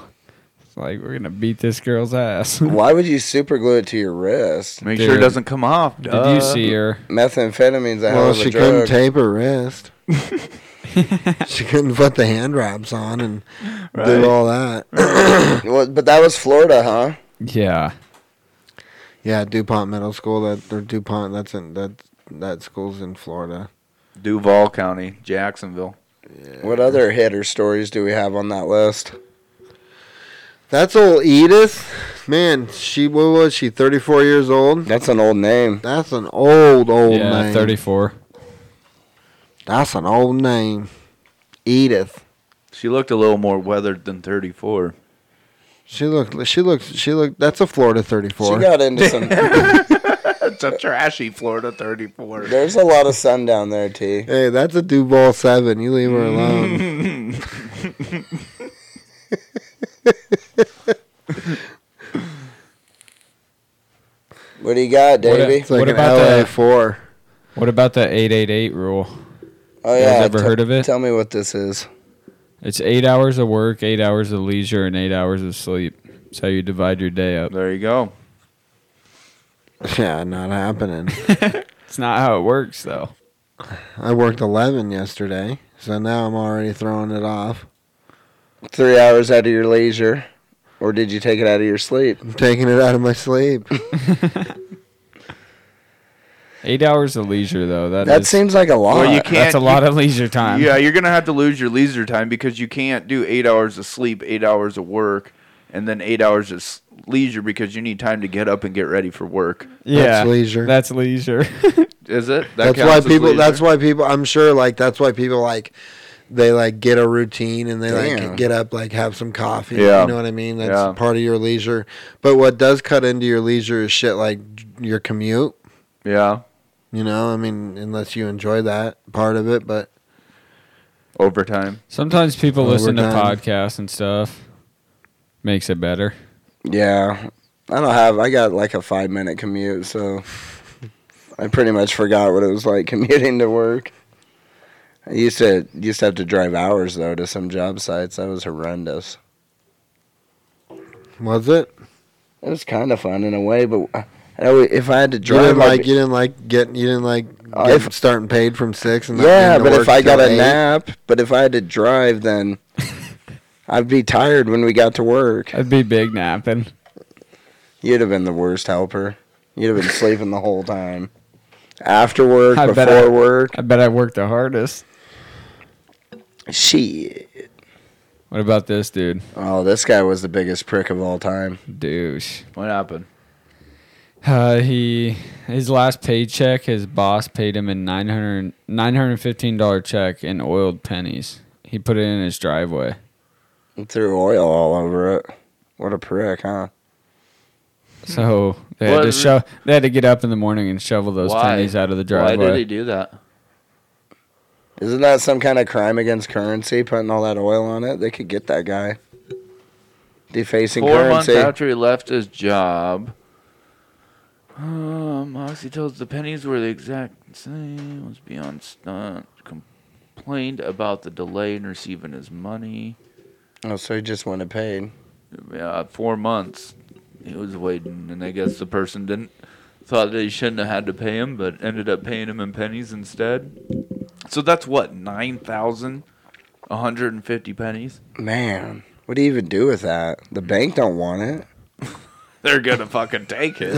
It's like we're gonna beat this girl's ass. Why would you super glue it to your wrist? Make sure it Dude. doesn't come off. Did you see her? Methamphetamine's a hell Well, of a she couldn't drug. tape her [LAUGHS] wrist. she couldn't put the hand wraps on and do all that. Well, but that was Florida, huh? Yeah. Yeah, DuPont Middle School. That or DuPont. That's in that that school's in Florida. Duval County, Jacksonville. What other hitter stories do we have on that list? That's old Edith. Man, she what was she? Thirty four years old. That's an old name. That's an old old yeah. name. Thirty-four. That's an old name, Edith. She looked a little more weathered than 34. She looked. She looked. She looked. That's a Florida thirty She four. [LAUGHS] got into some. That's a trashy Florida 34. There's a lot of sun down there, T. Hey, that's a Duval seven. You leave her alone. What do you got, Davey? It's like What an about LA the- four. [LAUGHS] What about the 888 rule? oh you yeah, guys ever te- heard of it? Tell me what this is. It's eight hours of work, eight hours of leisure, and eight hours of sleep. That's how you divide your day up. There you go. Yeah, not happening. It's not how it works, though. I worked eleven yesterday, so now I'm already throwing it off. Three hours out of your leisure, or did you take it out of your sleep? I'm taking it out of my sleep. Eight hours of leisure, though. That is- seems like a lot. Well, you can't- That's a lot of leisure time. Yeah, you're gonna have to lose your leisure time because you can't do eight hours of sleep, eight hours of work, and then eight hours of s- leisure because you need time to get up and get ready for work. yeah. That's leisure. That's leisure. [LAUGHS] Is it? that's why people. That's why people. I'm sure. Like that's why people like they like get a routine and they Damn. like get up, like have some coffee. Yeah. you know what I mean. That's Yeah. part of your leisure. But what does cut into your leisure is shit like your commute. yeah You know, I mean, unless you enjoy that part of it, but overtime. Sometimes people Well, listen to we're done. podcasts and stuff. Makes it better. Yeah, I don't have. I got like a five minute commute, so I pretty much forgot what it was like [LAUGHS] commuting to work. I used to used to have to drive hours though to some job sites. That was horrendous. was it? It was kind of fun in a way, but I- I always, if I had to You didn't drive, I'd like be- you didn't like getting you didn't like Uh, getting, if- starting paid from six and not yeah, getting to but if work I got till a eight. [LAUGHS] nap, [LAUGHS] but if I had to drive, then I'd be tired when we got to work. That'd be big napping. You'd have been the worst helper. You'd have been sleeping the whole time. After work, I bet before I- work, I bet I worked the hardest. shit. What about this dude? Oh, this guy was the biggest prick of all time. Douche. What happened? Uh, he his last paycheck, his boss paid him a 900 915 dollar check in oiled pennies. He put it in his driveway. He threw oil all over it. What a prick, huh? So they had to What- sho- they had to get up in the morning and shovel those Why? pennies out of the driveway. Why did he do that? Isn't that some kind of crime against currency? Putting all that oil on it, they could get that guy. Defacing Four months currency. after he left his job, um, Moxie tells the pennies were the exact same. Was beyond stunt. Complained about the delay in receiving his money. Oh, so he just wanted paid. Yeah, four months. He was waiting, and I guess the person didn't thought that he shouldn't have had to pay him, but ended up paying him in pennies instead. So that's what nine thousand, a hundred and fifty pennies. Man, what do you even do with that? The bank don't want it. They're gonna fucking take [LAUGHS] it,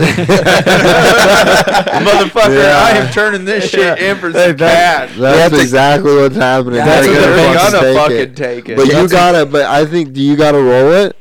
motherfucker! I am turning this shit in for some cash. That's have to- exactly what's happening. That's They're what gonna they're gonna it. fucking take it. But you That's- gotta. But I think do you gotta roll it?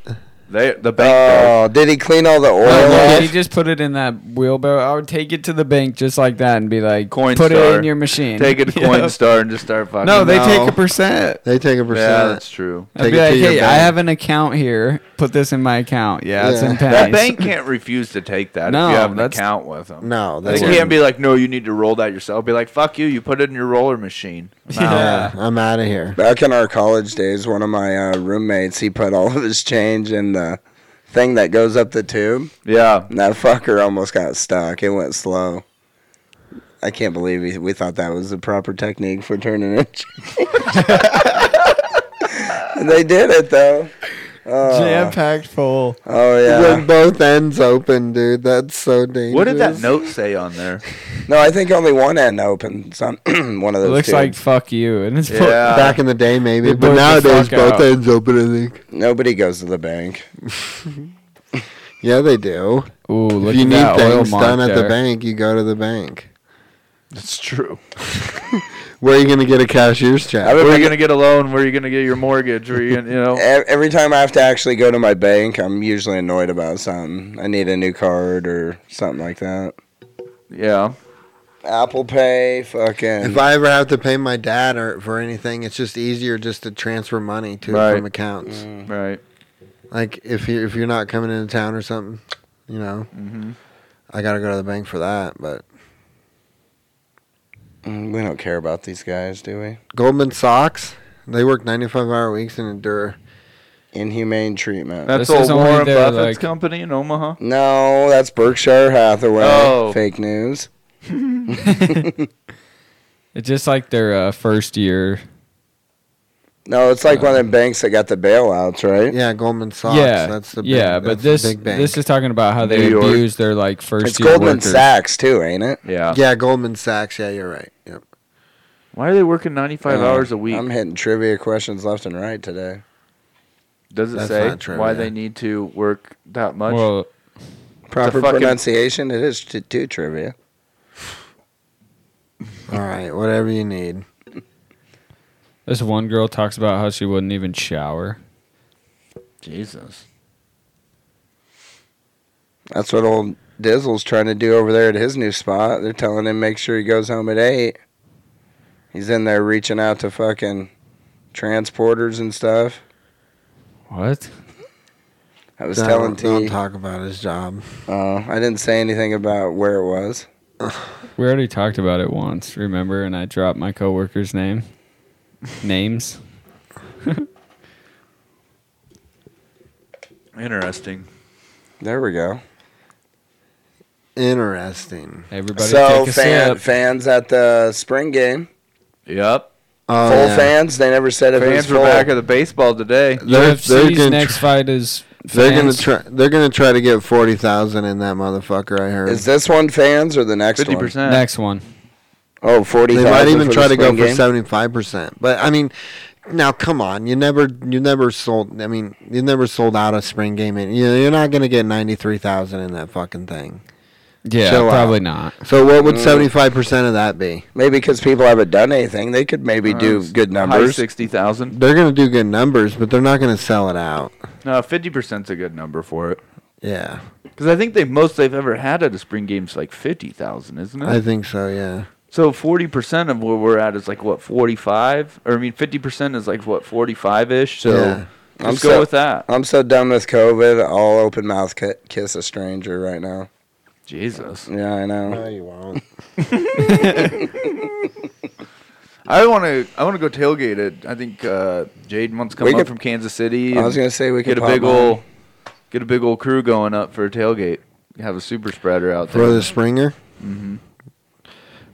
They, the bank. Oh, did he clean all the oil If off? he just put it in that wheelbarrow, I would take it to the bank just like that and be like, Coin put it star. in your [LAUGHS] machine. take it to Uh, Yeah. Coinstar and just start fucking. No, they take No. a percent. They take a Yeah, percent. that's true. I'd Take be it to like, your hey, I bank." have an account here. Put this in my account. Yeah, it's Yeah. in That pennies. [LAUGHS] bank can't refuse to take that No, if you have an that's- account with them. no, They they can't wouldn't. be like, no, you need to roll that yourself. Be like, fuck you, you put it in your roller machine. I'm out. Yeah, I'm out of here. Back in our college days, one of my uh, roommates, he put all of his change in the thing that goes up the tube. Yeah. And that fucker almost got stuck. It went slow. I can't believe he, we thought that was the proper technique for turning [LAUGHS] it. they did it though. Uh, Jam packed full. Oh With yeah. both ends open, dude. That's so dangerous. What did that note say on there? No, I think only one end opened. Some [CLEARS THROAT] one of It those. looks two. like fuck you, and it's full- Yeah. Back in the day, maybe, They but blurred the nowadays fuck both out. ends open. I think. nobody goes to the bank. Yeah, they do. Ooh, look if you at need that oil things mark done at the there. bank, you go to the bank. That's true. Where are you gonna get a cashier's I check? would Where are bring you it- gonna get a loan? Where are you gonna get your mortgage? Where are you gonna, you E- [LAUGHS] know? Every time I have to actually go to my bank, I'm usually annoyed about something. I need a new card or something like that. Yeah. Apple Pay, fucking. If I ever have to pay my dad or for anything, it's just easier just to transfer money to Right. from accounts. Mm. Right. Mm-hmm. Like if you if you're not coming into town or something, you know. I gotta go to the bank for that. But Mm, We don't care about these guys, do we? Goldman Sachs, they work ninety-five hour weeks and endure. Inhumane treatment. That's This old is only Warren their, Buffett's like- company in Omaha. no, that's Berkshire Hathaway. Oh. Fake news. [LAUGHS] It's just like their uh, first year. No, it's like one of them banks that got the bailouts, right? Yeah, Goldman Sachs. yeah, that's the yeah. big- But that's the this big bank. this is talking about how they New York. abuse their like first It's year Goldman workers. Sachs too, ain't it? Yeah. yeah Goldman Sachs. Yeah, you're right. Yep. Why are they working 95 Uh, hours a week? I'm hitting trivia questions left and right today. Does it That's say not true, why yeah. they need to work that much? Well, Proper fucking- pronunciation. It is t- too trivia. All right, whatever you need. this one girl talks about how she wouldn't even shower. Jesus. That's what old Dizzle's trying to do over there at his new spot. They're telling him make sure he goes home at eight. He's in there reaching out to fucking transporters and stuff. What? I was don't, telling T. don't talk about his job. Oh, I didn't say anything about where it was. We already talked about it once, remember? And I dropped my coworker's name, names. Interesting. There we go. Interesting. Everybody so take a fan, sip. fans at the spring game, Yep. Oh, full yeah. fans. They never said if it was Fans were full. back at the baseball today. They're- UFC's they're gonna next tr- fight is. They're gonna fans. try. They're gonna try to get forty thousand in that motherfucker. I heard. Is this one fans or the next Fifty one? percent. Next one. Oh, 40 they might even for try the to go spring for game? seventy five percent. But I mean, now come on, you never, you never sold. I mean, you never sold out a spring game, and you know, you're not gonna get ninety three thousand in that fucking thing. Yeah, Chill out. probably not. So what Mm. would seventy five percent of that be? Maybe because people haven't done anything, they could maybe do good Uh, High numbers. sixty thousand. They're gonna do good numbers, but they're not gonna sell it out. No, fifty percent's a good number for it. Yeah, Because I think the most they've ever had at a spring game's like fifty thousand, isn't it? I think so. Yeah, so forty percent of where we're at is like what forty five, or I mean fifty percent is like what forty five ish. So Yeah. let's I'm go so- with that. I'm so done with COVID. I'll open mouth ki- kiss a stranger right now. Jesus, Yeah, I know. you won't. I want to. I want to go tailgate it. I think uh, Jaden wants to come We up could- from Kansas City. I was and gonna say we could get a pop big on. old get a big old crew going up for a tailgate. Have a super spreader out there. For the Springer. Mm-hmm.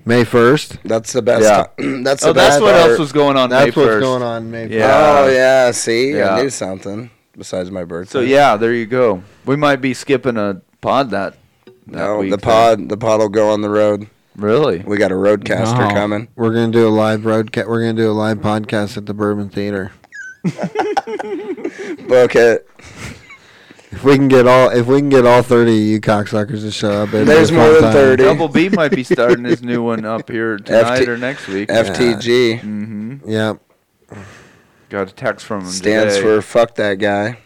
May first. That's the best. Yeah. ti- [CLEARS THROAT] that's the oh, that's best what part. else was going on. That's May what's 1st. going on. May Yeah. 1st. Oh yeah, see, Yeah. I knew something besides my birthday. So yeah, there you go. We might be skipping a pod that. that no, week, the though. pod, the pod will go on the road. Really? We got a roadcaster No. coming. We're gonna do a live roadca- We're gonna do a live podcast at the Bourbon Theater. Book it. If we can get all, if we can get all thirty of you cocksuckers to show up, it'd be There's a more fun than time. 30. Double B might be starting his new [LAUGHS] one up here tonight or next week. FTG mm-hmm. Yeah, Got a text from him. stands Mm, today. for fuck that guy.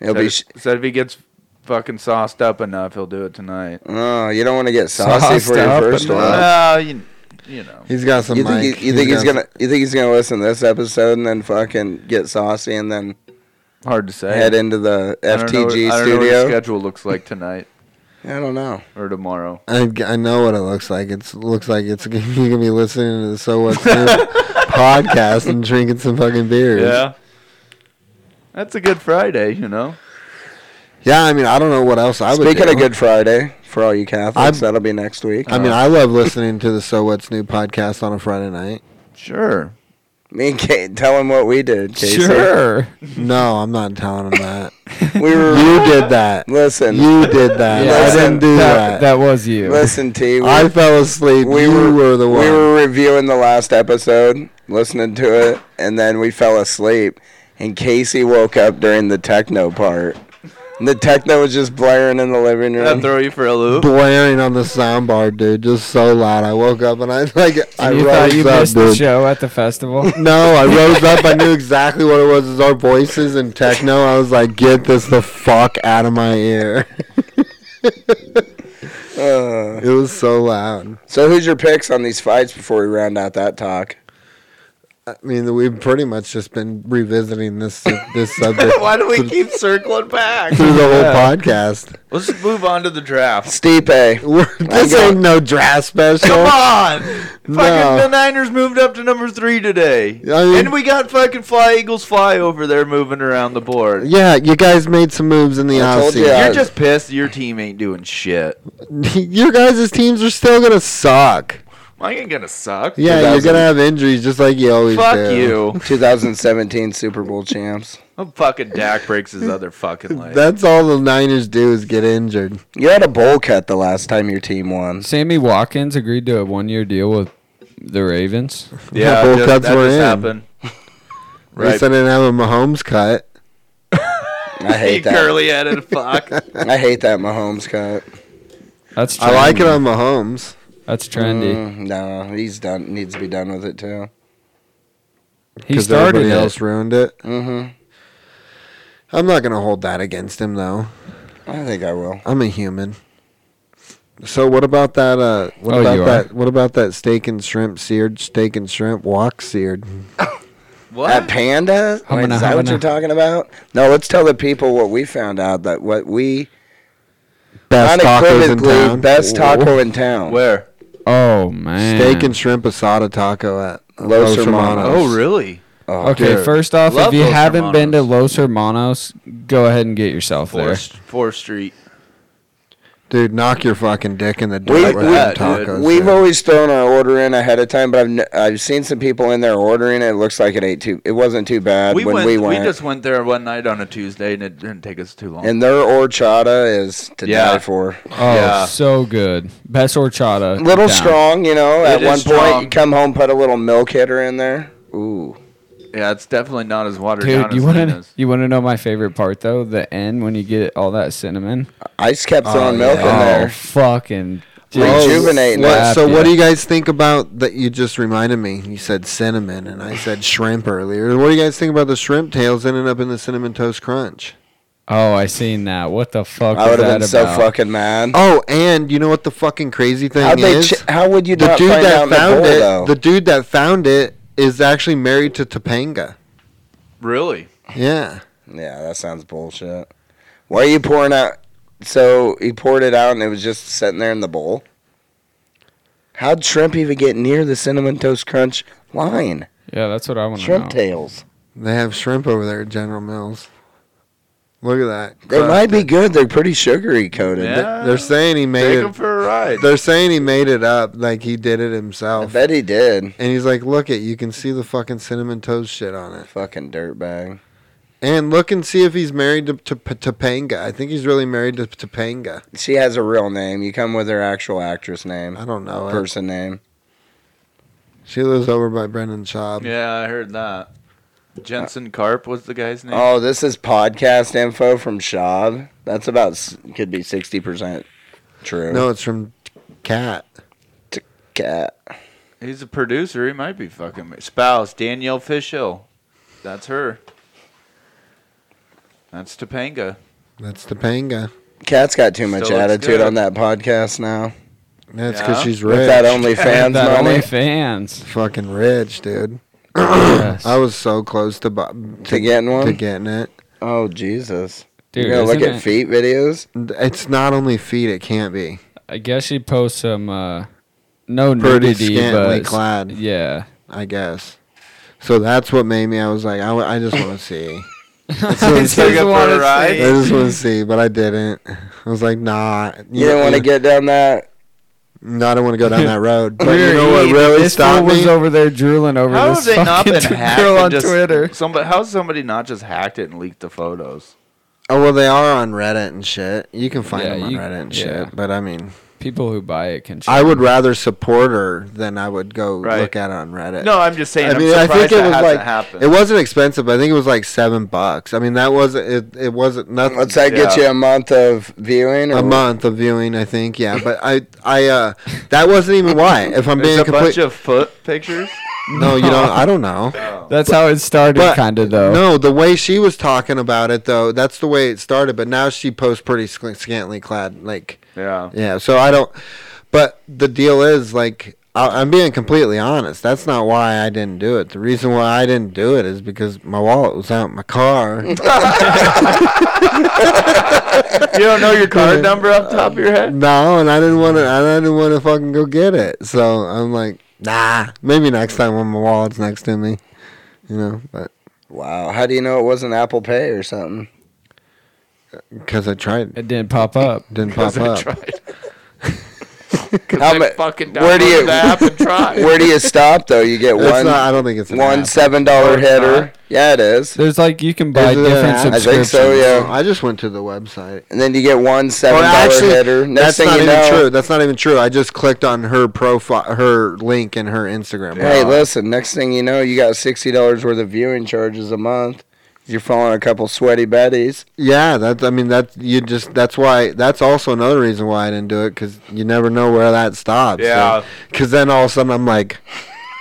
He'll Said, be. Sh- said if he gets fucking sauced up enough, he'll do it tonight. oh, you don't want to get saucy Sauced for your up first and one. Well, you, you know. he's got some. You think, mic. he, you think he's got gonna you think he's gonna listen to this episode and then fucking get saucy and then Hard to say. head into the I don't know- I don't know FTG what his studio? schedule looks like tonight I don't know. or [LAUGHS] tomorrow. some- I, I know what it looks like. It's looks like it's you're gonna [LAUGHS] be listening to the So What's [LAUGHS] New podcast and drinking some fucking beers. Yeah. That's a good Friday, you know. yeah. I mean, I don't know what else I would. Speaking do. of Good Friday for all you Catholics, I'm- that'll be next week. I mean, I love listening to the So What's New podcast on a Friday night. Sure. Me and Kate, tell him what we did. Casey. Sure. No, I'm not telling them [LAUGHS] that. we were. you did that. listen, You did that. Yeah. I didn't do That, that was you. listen, T. We, I fell asleep. we you were, were the we one. were reviewing the last episode, listening to it, and then we fell asleep. And Casey woke up during the techno part. And the techno was just blaring in the living Did I room. throw you for a [LAUGHS] loop? blaring on the soundbar, dude, just so loud. I woke up and I [LAUGHS] like I you thought rose you up, missed the dude. show at the festival? [LAUGHS] No, I rose up. I [LAUGHS] knew exactly what it was. It was our voices and techno. I was like, "Get this the fuck out of my ear!" [LAUGHS] Uh, It was so loud. so, who's your picks on these fights before we round out that talk? I mean, we've pretty much just been revisiting this this [LAUGHS] subject Why do we keep circling back? [LAUGHS] through the whole podcast. Let's move on to the draft. Stipe. We're, this got- ain't no draft special. [LAUGHS] [LAUGHS] Come on! No. Fucking the Niners moved up to number three today. I mean- and we got fucking Fly Eagles Fly over there moving around the board. Yeah, you guys made some moves in the I told offseason. Yeah. You're just pissed your team ain't doing shit. [LAUGHS] Your guys' teams are still gonna suck. I ain't gonna suck. Yeah, you're 2000. gonna have injuries just like you always Fuck do. [LAUGHS] you. 2017 Super Bowl champs. Oh, fucking Dak breaks his other fucking leg. That's all the Niners do is get injured. You had a bowl cut the last time your team won. Sammy Watkins agreed to a one-year deal with the Ravens. Yeah, both just, cuts that were just in. happened. At least I didn't have a Mahomes cut. I hate that. curly headed fuck. I hate that Mahomes cut. That's trendy. I like it on Mahomes. That's trendy. Mm, no, he's done. Needs to be done with it too. he 'cause started everybody it. else ruined it. Mm-hmm. I'm not gonna hold that against him though. I think I will. I'm a human. So what about that? Uh, what Oh, you about are. that? What about that steak and shrimp seared? Steak and shrimp wok seared. That What? panda? Wait, Humana, is that what humana. you're talking about? No, let's tell the people what we found out. That what we Best tacos in unequivocally town. best taco in town. Where? Oh man. Steak and shrimp asada taco at Los Los, Hermanos. Hermanos. Oh, really? Oh, Okay, dude. first off, Love if you Los haven't been to Los Hermanos, go ahead and get yourself there. Fourth, Fourth Street. Dude, knock your fucking dick in the dirt We, with them we, tacos. we've dude. always thrown our order in ahead of time, but I've, n- I've seen some people in there ordering. It It looks like it ate too. It wasn't too bad We when went, we we went. just went there one night on a Tuesday, and it didn't take us too long. and their horchata is to Yeah. die for. Oh, Yeah. so good. Best horchata. little down. strong, you know. At is one point, strong. you come home, put a little milk hitter in there. Ooh, yeah, it's definitely not as watered down Dude, you as want to Nina's. you want to know my favorite part though? The end when you get all that cinnamon. I just kept throwing Oh, milk yeah. in Oh, there. fucking. Bro, Rejuvenating What- that, so, what yeah. do you guys think about that? You just reminded me. You said cinnamon, and I said shrimp earlier. What do you guys think about the shrimp tails ending up in the cinnamon toast crunch? Oh, I seen that. What the fuck? I was would that have been so about? fucking mad. Oh, and you know what the fucking crazy thing How'd they is? ch- how would you the not dude find out that in the found bowl, it, though? the dude that found it, is actually married to Topanga. Really? Yeah. yeah, that sounds bullshit. Why are you pouring out? So he poured it out, and it was just sitting there in the bowl. How'd shrimp even get near the cinnamon toast crunch line? Yeah, that's what I want to know. Shrimp tails. They have shrimp over there at General Mills. Look at that. They might be good. They're pretty sugary coated. Yeah. They're saying he made Take it. them for a ride. They're saying he made it up, like he did it I himself. bet he did. And he's like, look it, you can see the fucking cinnamon toast shit on it. Fucking dirtbag. And look and see if he's married to, to P- Topanga. I think he's really married to Topanga. She has a real name. You come with her actual actress name, I don't know. it. person name. She lives over by Brendan Schaub. Yeah, I heard that. Jensen Carp was the guy's name. Oh, this is podcast info from Shab. That's about s- could be sixty percent true. No, it's from Cat. cat. He's a producer. He might be fucking spouse Danielle Fishhill. That's her. That's Topanga. That's Topanga. Cat's got too much Still looks attitude good. on that podcast now. That's because Yeah. she's With rich. that OnlyFans that money only fans. Fucking rich, dude. [CLEARS THROAT] Yes. I was so close to bu- to getting to one. getting it. oh Jesus! Dude, You're gonna look isn't at it- feet videos. It's not only feet. It can't be. I guess she posts some uh, no Pretty nudity, scantily but clad. Yeah, I guess. So that's what made me. I was like, I, w- I just want to see. I That's just what I'm saying. wanna a ride. I say- just want to see, but I didn't. I was like, nah. You didn't want to get down that. No, I don't want to go down that road. But you Weird. know what really this fool stopped was me? over there drooling over How have this they not [LAUGHS] fucking [LAUGHS] been t- hacked? girl and on just- Twitter. Somebody, how's somebody not just hacked it and leaked the photos? oh well, they are on Reddit and shit. You can find Yeah, them on you- Reddit and yeah. shit. But I mean, People who buy it can. I would rather support her than I would go Right. look at it on Reddit. No, I'm just saying. I Uh, I mean, I am surprised think it that was hasn't like happened. it wasn't expensive. I think it was like seven bucks. I mean, that wasn't it. It wasn't nothing. What's that get Yeah. you a month of viewing? Or a month of viewing, I think. Yeah, but I, I, uh, that wasn't even why. If I'm There's being a complete, bunch of foot pictures. [LAUGHS] no, you don't. I don't know. That's how it started, But- kind of though. No, the way she was talking about it though, that's the way it started. But now she posts pretty sc- scantily clad, like Yeah. yeah. So I don't. But the deal is like. I, I'm being completely honest. That's not why I didn't do it. The reason why I didn't do it is because my wallet was out in my [LAUGHS] car. [LAUGHS] You don't know your card number off the top of your head? no, and I didn't want to. I didn't want to fucking go get it. So I'm like, nah. Maybe next time when my wallet's next to me, you know. But Wow. How do you know it wasn't Apple Pay or something? because I tried, it It didn't pop up. [LAUGHS] didn't pop Because I up. tried. 'Cause How I ma- fucking where do downloaded you- the app and tried. [LAUGHS] Where do you stop though? You get It's one not, I don't think it's an one app. seven dollar it's header. not? Yeah, it is. There's like you can buy Is it an different app? I think so, subscriptions. yeah. No, I just went to the website. And then you get one seven dollar actually, header. that's Next thing not you even know, true. That's not even true. I just clicked on her profile, her link in her Instagram. hey, profile. listen. Next thing you know, you got sixty dollars worth of viewing charges a month. You're following a couple sweaty betties. Yeah, that's. I mean, that's you just. That's why. That's also another reason why I didn't do it because you never know where that stops. Yeah. Because then all of a sudden I'm like,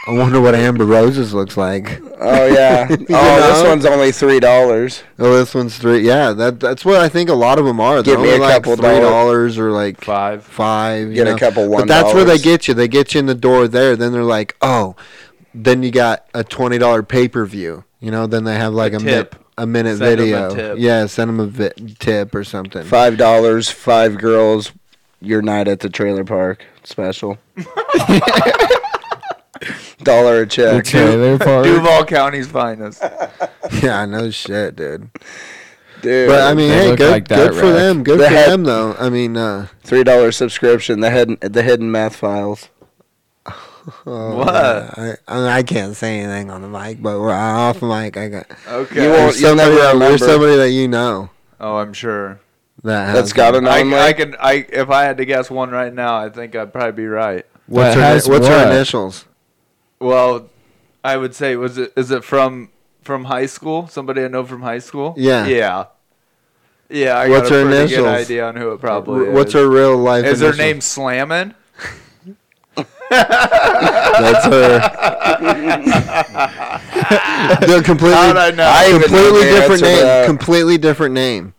I wonder what Amber Roses looks like. [LAUGHS] Oh yeah. oh, this know? one's only three dollars. Oh, this one's three. Yeah, that that's what I think a lot of them are. They're Give me only a like couple three dollars or like Five. five. you Get a know. couple But that's where they $1. get you. They get you in the door there. Then they're like, oh, then you got a twenty dollar pay per view. You know, then they have like a, tip. mi- a minute Send 'em a video. tip. Yeah, send them a vi- tip or something. Five dollars, five girls. Your night at the trailer park special. [LAUGHS] Dollar a The check. trailer park. Duval County's finest. [LAUGHS] Yeah, no shit, dude. Dude, But I mean, They hey, look good, like that, good for Rack. them. Good They for had- them, though. I mean, uh, three dollar subscription. The hidden, the hidden math files. oh, What? yeah, I, I, mean, I can't say anything on the mic, but we're off mic. I got Okay. You there's won't- you'll somebody, never that, there's remember. somebody that you know oh, I'm sure. that has That's got it. an I, online. I can. I if I had to guess one right now, I think I'd probably be right. What's, That her, has what's her what? initials? Well, I would say was it is it from from high school? Somebody I know from high school. Yeah. Yeah. Yeah. I What's got a her pretty initials? good idea on who it probably R- What's is. her real life? Is her initials? name Slammin? That's [LAUGHS] her. They're completely, How'd I know? I even completely know the different answer to name. that. Completely different name.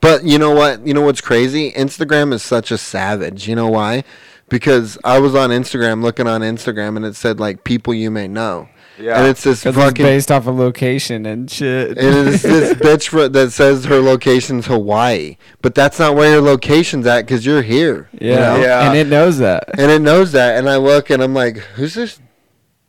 But you know what? You know what's crazy? Instagram is such a savage. You know why? Because I was on Instagram looking on Instagram and it said like people you may know. Yeah. And it's this 'Cause it's fucking based off of location and shit. and [LAUGHS] it's this bitch fro- that says her location's Hawaii, but that's not where your location's at because you're here. you yeah. know? Yeah. and it [LAUGHS] knows that. and it knows that. And I look and I'm like, who's this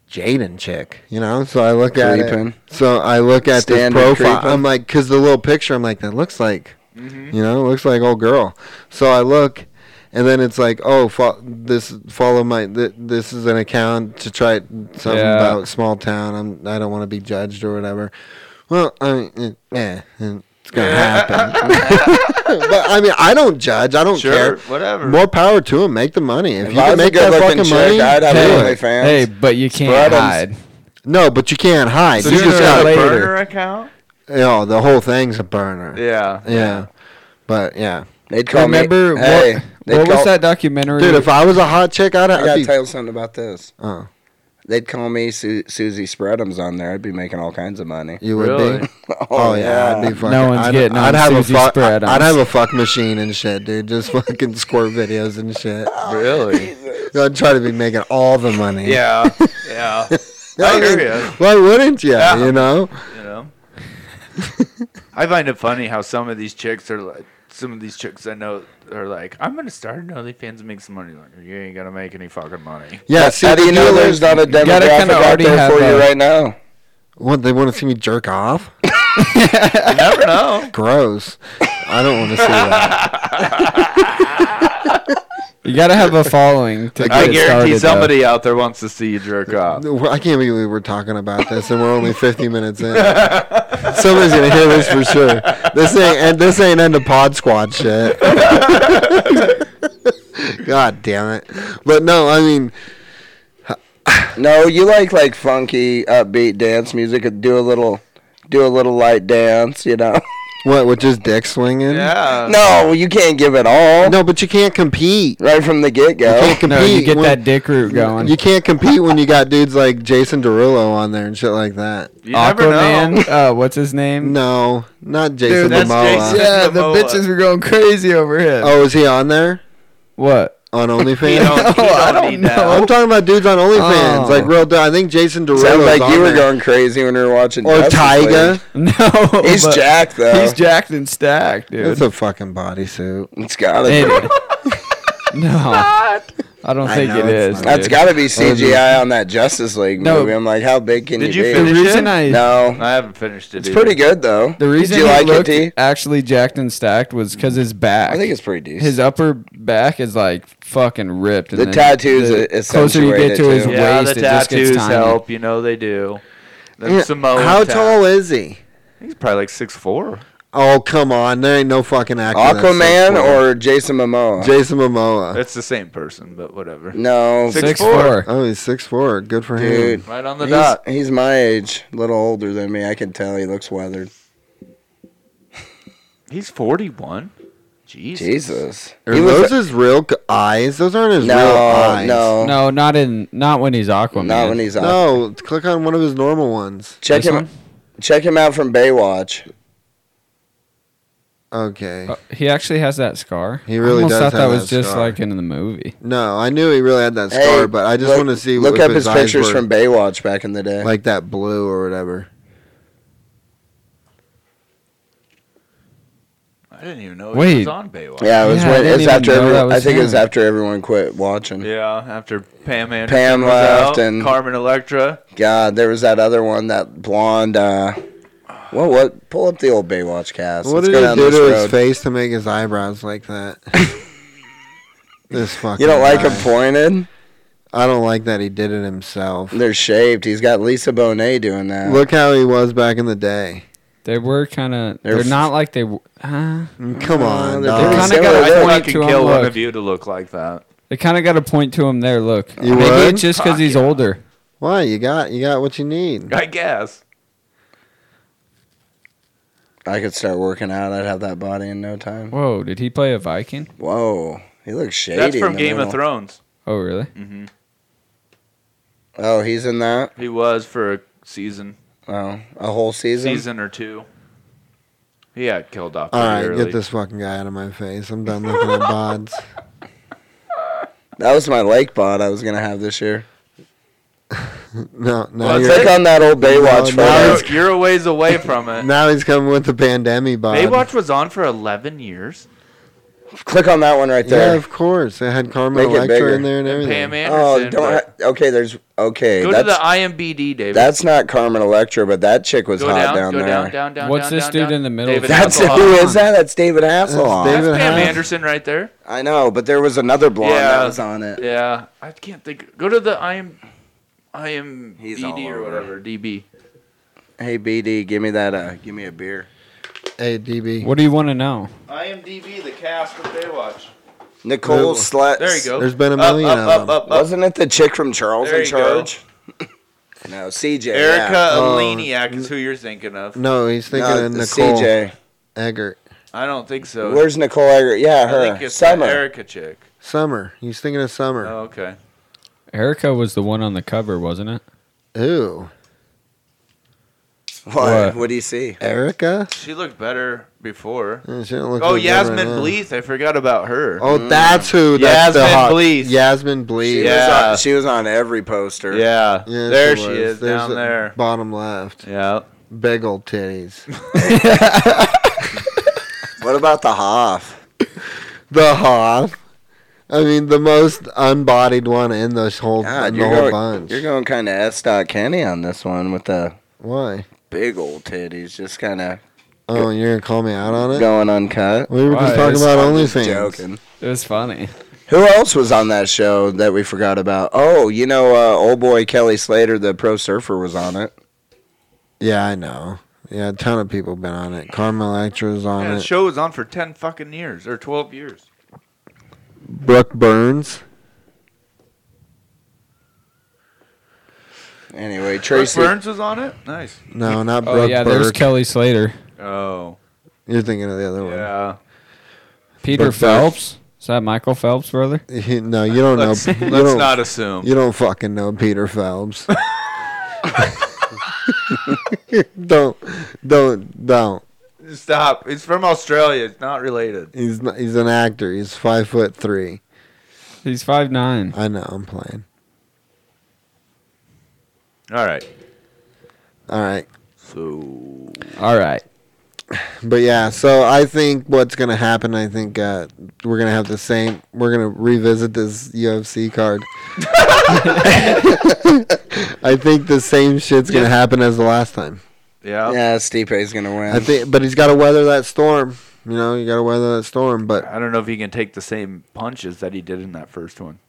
Jaden chick? You know. So I look at Creeping. it. So I look at Standard this profile. creeping. I'm like, because the little picture, I'm like, that looks like, Mm-hmm. you know, looks like old girl. So I look. And then it's like, oh, fo- this follow my. Th- this is an account to try something Yeah. about small town. I'm. I don't want to be judged or whatever. Well, I mean, eh, eh, it's gonna [LAUGHS] happen. but I mean, I don't judge. I don't Sure. care. Whatever. More power to them. Make the money. If, If you I can was a make that good-looking fucking chick, money, I'd have do a it. OnlyFans. Hey, but you Spread can't 'em. hide. No, but you can't hide. So you you're just gonna have got a later. burner account? you know, the whole thing's a burner. Yeah. Yeah. But yeah, they'd call Remember me. Hey, what, they'd what call- was that documentary? dude, if I was a hot chick, I'd, I gotta I'd be. tell you something about this. Oh, They'd call me Su- Susie Spreadums on there. I'd be making all kinds of money. [LAUGHS] you would Really? be. Oh yeah, I'd be fucking. No one's I'd, getting I'd on have Susie a fuck. Spread, I'd I'm have a fuck machine and shit, dude. Just fucking squirt videos and shit. Really? I'd try to be making all the money. yeah. Yeah. I hear you. Why wouldn't you? Yeah. You know. You know. I find it funny how some of these chicks are like. Some of these chicks I know are like, I'm gonna start an OnlyFans and make some money. Like, you ain't gonna make any fucking money. Yeah. See, How do you know dealers- there's not a gotta demographic kinda out already there have for a- you right now? What they want to see me jerk off? [LAUGHS] You never know. Gross. I don't want to see that. you gotta have a following to I get it guarantee started, though. somebody out there wants to see you jerk off. I can't believe we were talking about this, and we're only 50 minutes [LAUGHS] in. Somebody's gonna hear this for sure. This ain't and this ain't into pod squad shit. [LAUGHS] God damn it! But no, I mean, No, you like like funky, upbeat dance music. and Do a little, do a little light dance. You know? [LAUGHS] what with just dick swinging? Yeah. no, you can't give it all No, but you can't compete. right from the get You go. can't compete. No, you get when- that dick root going. You can't compete when you got dudes like Jason Derulo on there and shit like that. You never know. Aquaman. Uh, what's his name? No, not Jason that's Momoa. Jason. Yeah, the Momoa. bitches were going crazy over him. Oh, is he on there? What? [LAUGHS] on He don't, OnlyFans? he don't I don't need I'm that. talking about dudes on OnlyFans, Oh. like real. du- I think Jason Derulo. Sound like you were there. going crazy when we were watching. Or Justice Tyga. League. [LAUGHS] No, He's but- jacked though. He's jacked and stacked, dude. That's a fucking bodysuit. it's gotta be. [LAUGHS] Anyway. [LAUGHS] no, I don't think know, it it's is. not. That's dude. gotta be CGI on that Justice League No. movie. I'm like, how big can Did you, you be? the finish reason it? I No, I haven't finished it. it's pretty good though. the reason Did you he like it, looked D? actually jacked and stacked was because his back. I think it's pretty decent. his upper back is like fucking ripped. And The then tattoos the a- closer you accentuate get it, to his too. Yeah, waist, the it just gets tattoos tiny. help. You know they do. The Yeah, Oh, Samoan How tat- tall is he? He's probably like six four. Oh come on, there ain't no fucking actor. that's six Aquaman foot. or Jason Momoa? Jason Momoa? It's the same person, but Mm. whatever. no, Six- Six four. four. Oh, he's six four. Good for dude. him. Right on the He's, dot. he's my age, a little older than me. I can tell he looks weathered. He's forty one. Jesus. Jesus, Are He those looks- his real c- eyes? Those aren't his real no, eyes. no, No, not in not when he's Aquaman. not when he's on. no. Click on one of his normal ones. Check This him, one? check him out from Baywatch. Okay. Uh, he actually has that scar. He really I almost does thought have that was that just scar. like in the movie. No, I knew he really had that scar, Hey, but I just look- want to see Look if up his, eyes pictures were from Baywatch back in the day. like that blue or whatever. I didn't even know he Wait. was on Baywatch. yeah, it was Yeah, I when, didn't it's even after know everyone, that was I think it was him. after everyone quit watching. Yeah, after Pam Anderson Pam was left out, and- Carmen Electra. God, there was that other one, that blonde. uh What? What? Pull up the old Baywatch cast. What Let's did go he down do this to road. his face to make his eyebrows like that? this fucking. You don't like guy. him pointed? I don't like that he did it himself. They're shaped. He's got Lisa Bonet doing that. Look how he was back in the day. They were kind of. They're They're, f- not like they. w- Uh, Come Uh, on, they're dog. pretty kinda similar. got a They're- point. I Point could to him, kill one look. of you to look like that. they kind of got a point to him there. Look, You maybe would? it's just because he's older. Why you got you got what you need? I guess. I could start working out. I'd have that body in no time. Whoa, did he play a Viking? Whoa, he looks shady. That's in from the Game middle. of Thrones. Oh, really? hmm Oh, he's in that. He was for a season, Oh, a whole season. season or two. He got killed off. All pretty right, early. get this fucking guy out of my face. I'm done looking at bods. That was my lake bod I was gonna have this year. No, now Well, it's you're, Click on that old Baywatch No, no. photo. You're, you're a ways away from [LAUGHS] it. now he's coming with the pandemic bod. Baywatch was on for 11 years. Click on that one right Yeah, there. of course. It had Carmen Make it bigger. Electra in there and And everything. Pam Anderson. oh, don't. but- Ha- okay, there's. Okay, go to the that's IMBD, David. that's not Carmen Electra, but that chick was go down, hot down go there. down, down, down. What's down, this down, dude down. in the middle? David That's Hasselhoff. who is that? That's David Hasselhoff. David That's Pam Hasselhoff. Anderson right there. I know, but there was another blonde that Yeah. was on it. Yeah, I can't think. Go to the IM, IM He's all DD or over. whatever DB. Hey BD, give me that. Uh, give me a beer. Hey, DB. What do you want to know? IMDb, the cast of Baywatch. Nicole Who? Sluts. There you go. There's been a Up, million up, of up, them. up, up. Wasn't it the chick from Charles There in you go. Charge? [LAUGHS] no, CJ. yeah. Erica Oh. Aleniak is who you're thinking of. No, he's thinking No, of Nicole it's CJ. Eggert. I don't think so. Where's Nicole Eggert? Yeah, I her. think it's the Summer. Erica chick. Summer. He's thinking of Summer. Oh, okay. Erica was the one on the cover, wasn't it? Ooh. What? What? What do you see? Erica? She looked better before. Eh, she don't look Oh, like that right Yasmin now. Bleeth. I forgot about her. Oh, that's who. That's the Yasmin hot. Bleeth. Yasmin Bleeth. She, Yeah. was on, she was on every poster. Yeah. Yes, there it she was. is, There's down the there. Bottom left. Yeah. Big old titties. [LAUGHS] What about the Hoff? the Hoff. I mean, the most unbodied one in this whole, God, in you're the whole going, bunch. you're going kind of S. Dot Kenny on this one with the Why? big old titties, just kind of Oh, you're going to call me out on it? going uncut. We were just Why? talking It's about I'm just OnlyFans. joking. It was funny. Who else was on that show that we forgot about? Oh, you know, uh, old boy Kelly Slater, the pro surfer, was on it. Yeah, I know. Yeah, a ton of people been on it. Carmen Electra's on yeah the it. show was on for 10 fucking years or 12 years. Brooke Burns. Anyway, Brooke Tracy. Burns was on it? Nice. No, not Oh Brooke yeah, there's Burke. Kelly Slater, Oh. You're thinking of the other Yeah. Peter Brooke Phelps. Is that Michael Phelps' brother? one. He- no, you don't Let's, know. let's You don't, not assume. you don't fucking know Peter [LAUGHS] Phelps. [LAUGHS] don't, don't, don't. Stop. It's from Australia. It's not related. He's not, he's an actor. He's five foot three. He's five nine. I know I'm playing. All right. All right. So All right. But yeah, so I think what's gonna happen, I think uh, we're gonna have the same. We're gonna revisit this UFC [LAUGHS] card. [LAUGHS] I think the same shit's gonna happen as the last time. yeah. Yeah, Stipe's gonna win. I think, but he's got to weather that storm. You know, you got to weather that storm. But I don't know if he can take the same punches that he did in that first one.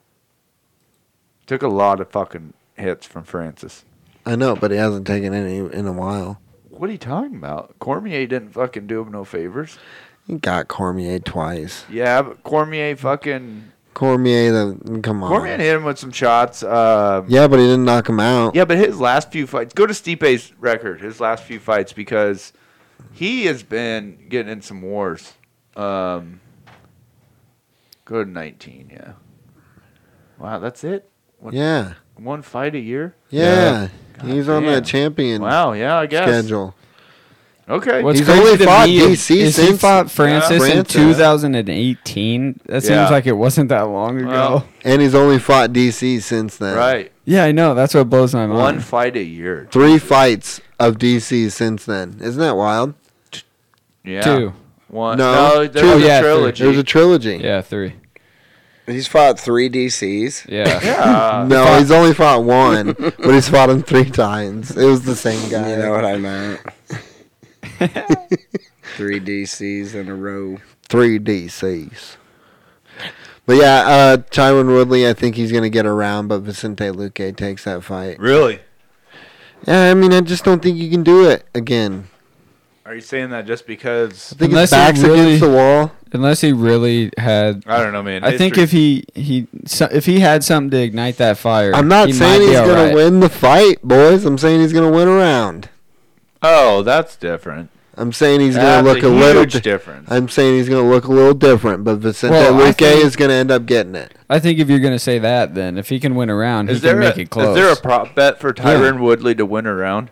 Took a lot of fucking hits from Francis. I know, but he hasn't taken any in a while. What are you talking about? Cormier didn't fucking do him no favors. He got Cormier twice. Yeah, but Cormier fucking Cormier, the come on. Cormier hit him with some shots. Um, Yeah, but he didn't knock him out. Yeah, but his last few fights. Go to Stipe's record. His last few fights because he has been getting in some wars. Um, go to nineteen. Yeah. Wow, that's it. One, Yeah, One fight a year. yeah. He's on damn. that champion Wow. Yeah, I guess. schedule. Okay. What's He's crazy only to fought me is- DC is he since- fought Francis, in Francis. 2018. That seems Yeah. like it wasn't that long ago. Well, And he's only fought DC since then. right. yeah, I know. That's what blows my mind. One fight a year. Three fights of DC since then. Isn't that wild? Yeah. Two. One. No, No, there two. was Oh, yeah, a three. trilogy. There's a trilogy. Yeah, three. He's fought three DCs. [LAUGHS] Yeah. yeah. No, he's only fought [LAUGHS] one, but he's fought him three times. It was the same guy. You know what [LAUGHS] I meant. three DCs in a row. three DCs. But yeah, uh, Tyron Woodley, I think he's gonna get around, but Vicente Luque takes that fight. Really? Yeah, I mean, I just don't think you can do it again. Are you saying that just because? I think Unless his he back's really- against the wall. Unless he really had. I don't know, man. I think History- if he he so, if he had something to ignite that fire, I'm not he saying might be he's gonna alright. win the fight, boys. I'm saying he's gonna win a round. Oh, that's different. I'm saying he's That's gonna look a, huge little. Di- difference. I'm saying he's gonna look a little different, but Vicente Well, I Luque think- is gonna end up getting it. I think if you're gonna say that, then if he can win around, he Is there, can a, make it is close. there a prop bet for Tyron Woodley to win a round?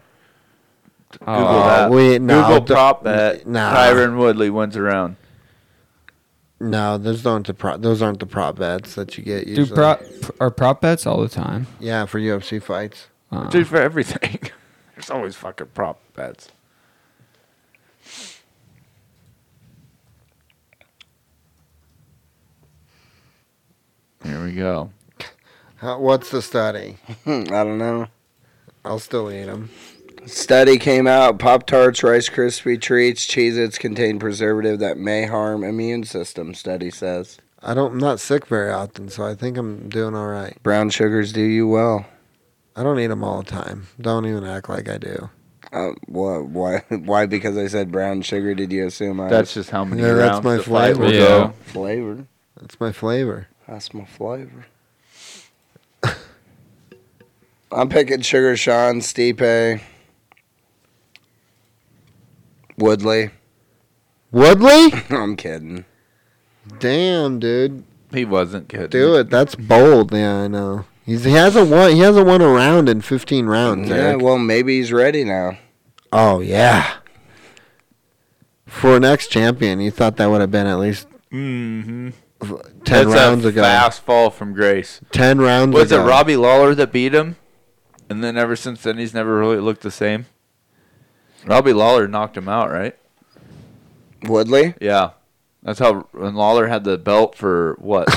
Google Oh, that. we- no, Google d- prop bet. nah. Tyron Woodley wins a round. No, those aren't the pro- those aren't the prop bets that you get do usually. prop are prop bets all the time? yeah, for UFC fights. Uh, Dude, for everything. [LAUGHS] There's always fucking prop bets. Here we go. How, what's the study? Hmm, I don't know. I'll still eat them. Study came out. Pop Tarts, Rice Krispie treats, Cheez-Its contain preservative that may harm immune system. Study says I don't. I'm not sick very often, so I think I'm doing all right. brown sugars do you well. I don't eat them all the time. Don't even act like I do. Uh, what? Why? [LAUGHS] Why? Because I said brown sugar? Did you assume I That's just how many Yeah, that's rounds my the fight will flavor. go. was flavored? That's my flavor. That's my flavor. I'm picking Sugar Sean, Stipe, Woodley. [LAUGHS] Woodley? I'm kidding. Damn, dude, He wasn't kidding. do it. That's bold. Yeah, I know. He's, he hasn't won. He hasn't won a round in 15 rounds. Yeah, Eric. well, maybe he's ready now. oh yeah. For an ex-champion, you thought that would have been at least Mm-hmm. f- ten That's rounds a ago. fast fall from grace. Ten rounds Was it ago. Robbie Lawler that beat him? And then ever since then, he's never really looked the same. Robbie Lawler knocked him out, right? Woodley? Yeah. That's how and Lawler had the belt for what?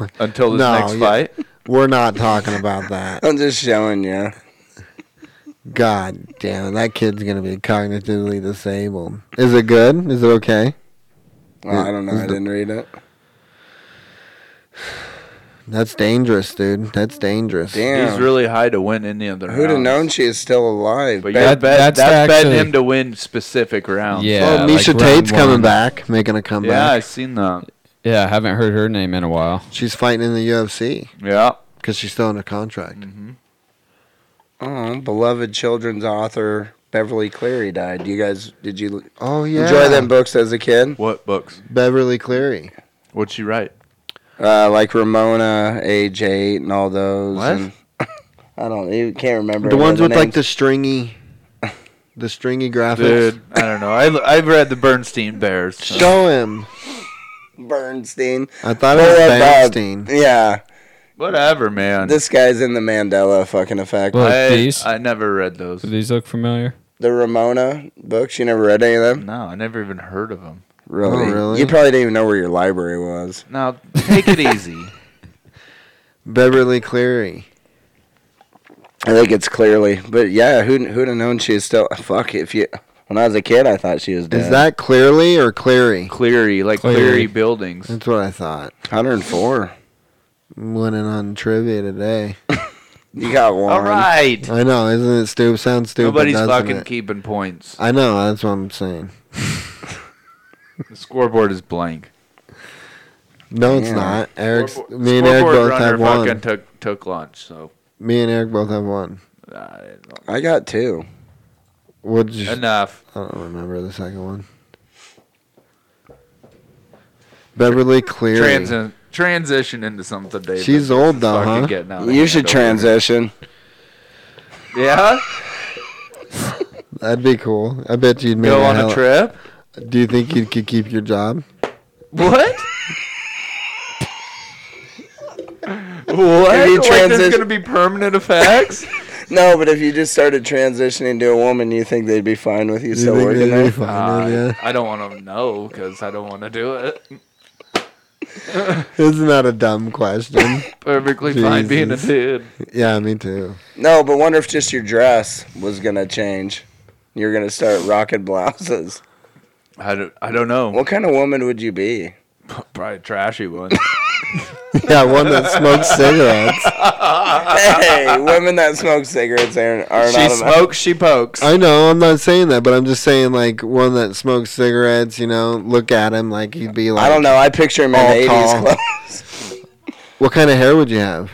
my- Until this No, next yeah. fight? We're not talking about that. I'm just showing you. God damn, it, that kid's gonna be cognitively disabled. Is it good? Is it okay? Well, I don't know. Is I the- didn't read it. That's dangerous, dude. That's dangerous. Damn. He's really high to win any of the rounds. Who'd have known she is still alive? But Bet- you're That- bet, that's that's, betting actually- him to win specific rounds. Yeah. Well, Oh, Misha like round Tate's coming one. back, making a Oh, Yeah, comeback. I've seen that. yeah, I haven't heard her name in a while. She's fighting in the UFC Yeah. because she's still under contract. Mm-hmm. Oh, beloved children's author Beverly Cleary died. You guys, did you l- Oh yeah, enjoy them books as a kid? What books? Beverly Cleary. What'd she write? Uh, like Ramona, Age Eight, and all those. What? and- [LAUGHS] I don't. You can't remember The any of ones with like the names. stringy, the stringy graphics. Dude, I don't know. I, I've read the Bernstein [LAUGHS] Bears. Show him. Bernstein. I thought it Pull was up that- Bernstein. Yeah, Whatever, man. This guy's in the Mandela fucking effect. Well- I, These? I never read those. Do these look familiar? The Ramona books. You never read any of them? Oh, No, I never even heard of them. Really? really? You probably didn't even know where your library was. Now take it easy. Beverly Cleary. I think it's clearly, but yeah, who who'd have known she was still fuck? If you when I was a kid, I thought she was dead. Is that Clearly or Cleary? [LAUGHS] Cleary, like Cleary. Cleary, buildings. That's what I thought. 104? Winning on trivia today. You got one. All right. I know, isn't it stupid? Sounds stupid. Nobody's doesn't fucking it? Uh, keeping points. I know. That's what I'm saying. The scoreboard is blank. No, it's Yeah. not. Eric's Scoreboard- me and Eric scoreboard both runner have one. Fucking took took lunch. So me and Eric both have one. uh, I got two. What? Did you, I enough. don't remember the second one. Beverly Cleary. Transi- transition into something, David. She's old though, Fucking huh? getting out of You hand should over here. transition. Yeah. That'd be cool. I bet you'd make Go a on hell- a trip. Do you think you could keep your job? [LAUGHS] What? what? If you like transi- there's gonna be permanent effects? No, but if you just started transitioning to a woman, you think they'd be fine with you Do still you think working they'd be there? fine Uh, with you? I don't want to know because I don't want to do it. Isn't that a dumb [LAUGHS] question? Perfectly fine being a Jesus. dude. yeah, me too. No, but wonder if just your dress was gonna change. You're gonna start rocking blouses. I don't, I don't know. What kind of woman would you be? Probably a trashy [LAUGHS] one. Yeah, one that smokes cigarettes. hey, women that smoke cigarettes aren't are she not. smokes, she pokes. I know, I'm not saying that, but I'm just saying like one that smokes cigarettes. You know, look at him like he'd be like. I don't know. I picture him in All the tall. [LAUGHS] '80s clothes. What kind of hair would you have?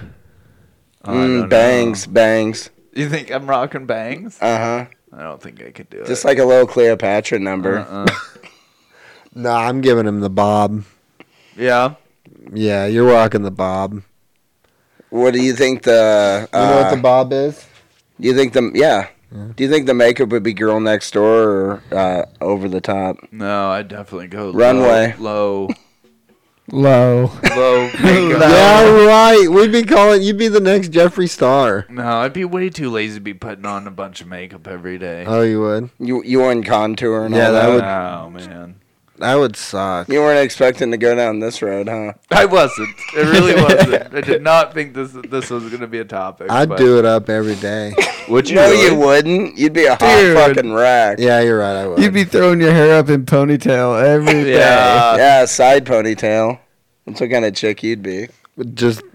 I don't Mm, know. bangs, bangs. You think I'm rocking bangs? Uh huh. I don't think I could do Just it. like a little Cleopatra number. Uh-uh. No, I'm giving him the bob. yeah. Yeah, you're rocking the bob. You What do you think the? Uh, know what the bob [LAUGHS] is? you think the? Yeah. Do you think the makeup would be girl next door or uh, over the top? No, I definitely go Runway. Low, Low. low, low makeup. Yeah, right. We'd be calling. You'd be the next Jeffree Star. No, I'd be way too lazy to be putting on a bunch of makeup every day. Uh, Oh, you would. You you weren't contour and Yeah, all that that. would- oh man, [LAUGHS] That would suck. You weren't expecting to go down this road, huh? I wasn't. It really wasn't. I did not think this this was going to be a topic. I'd but- do it up every [LAUGHS] day. Would you? no, really? you wouldn't. You'd be a hot Dude. fucking wreck. Yeah, Yeah. you're right. I would. You'd be throwing your hair up in ponytail every [LAUGHS] day. Yeah. side ponytail. That's what kind of chick you'd be. just All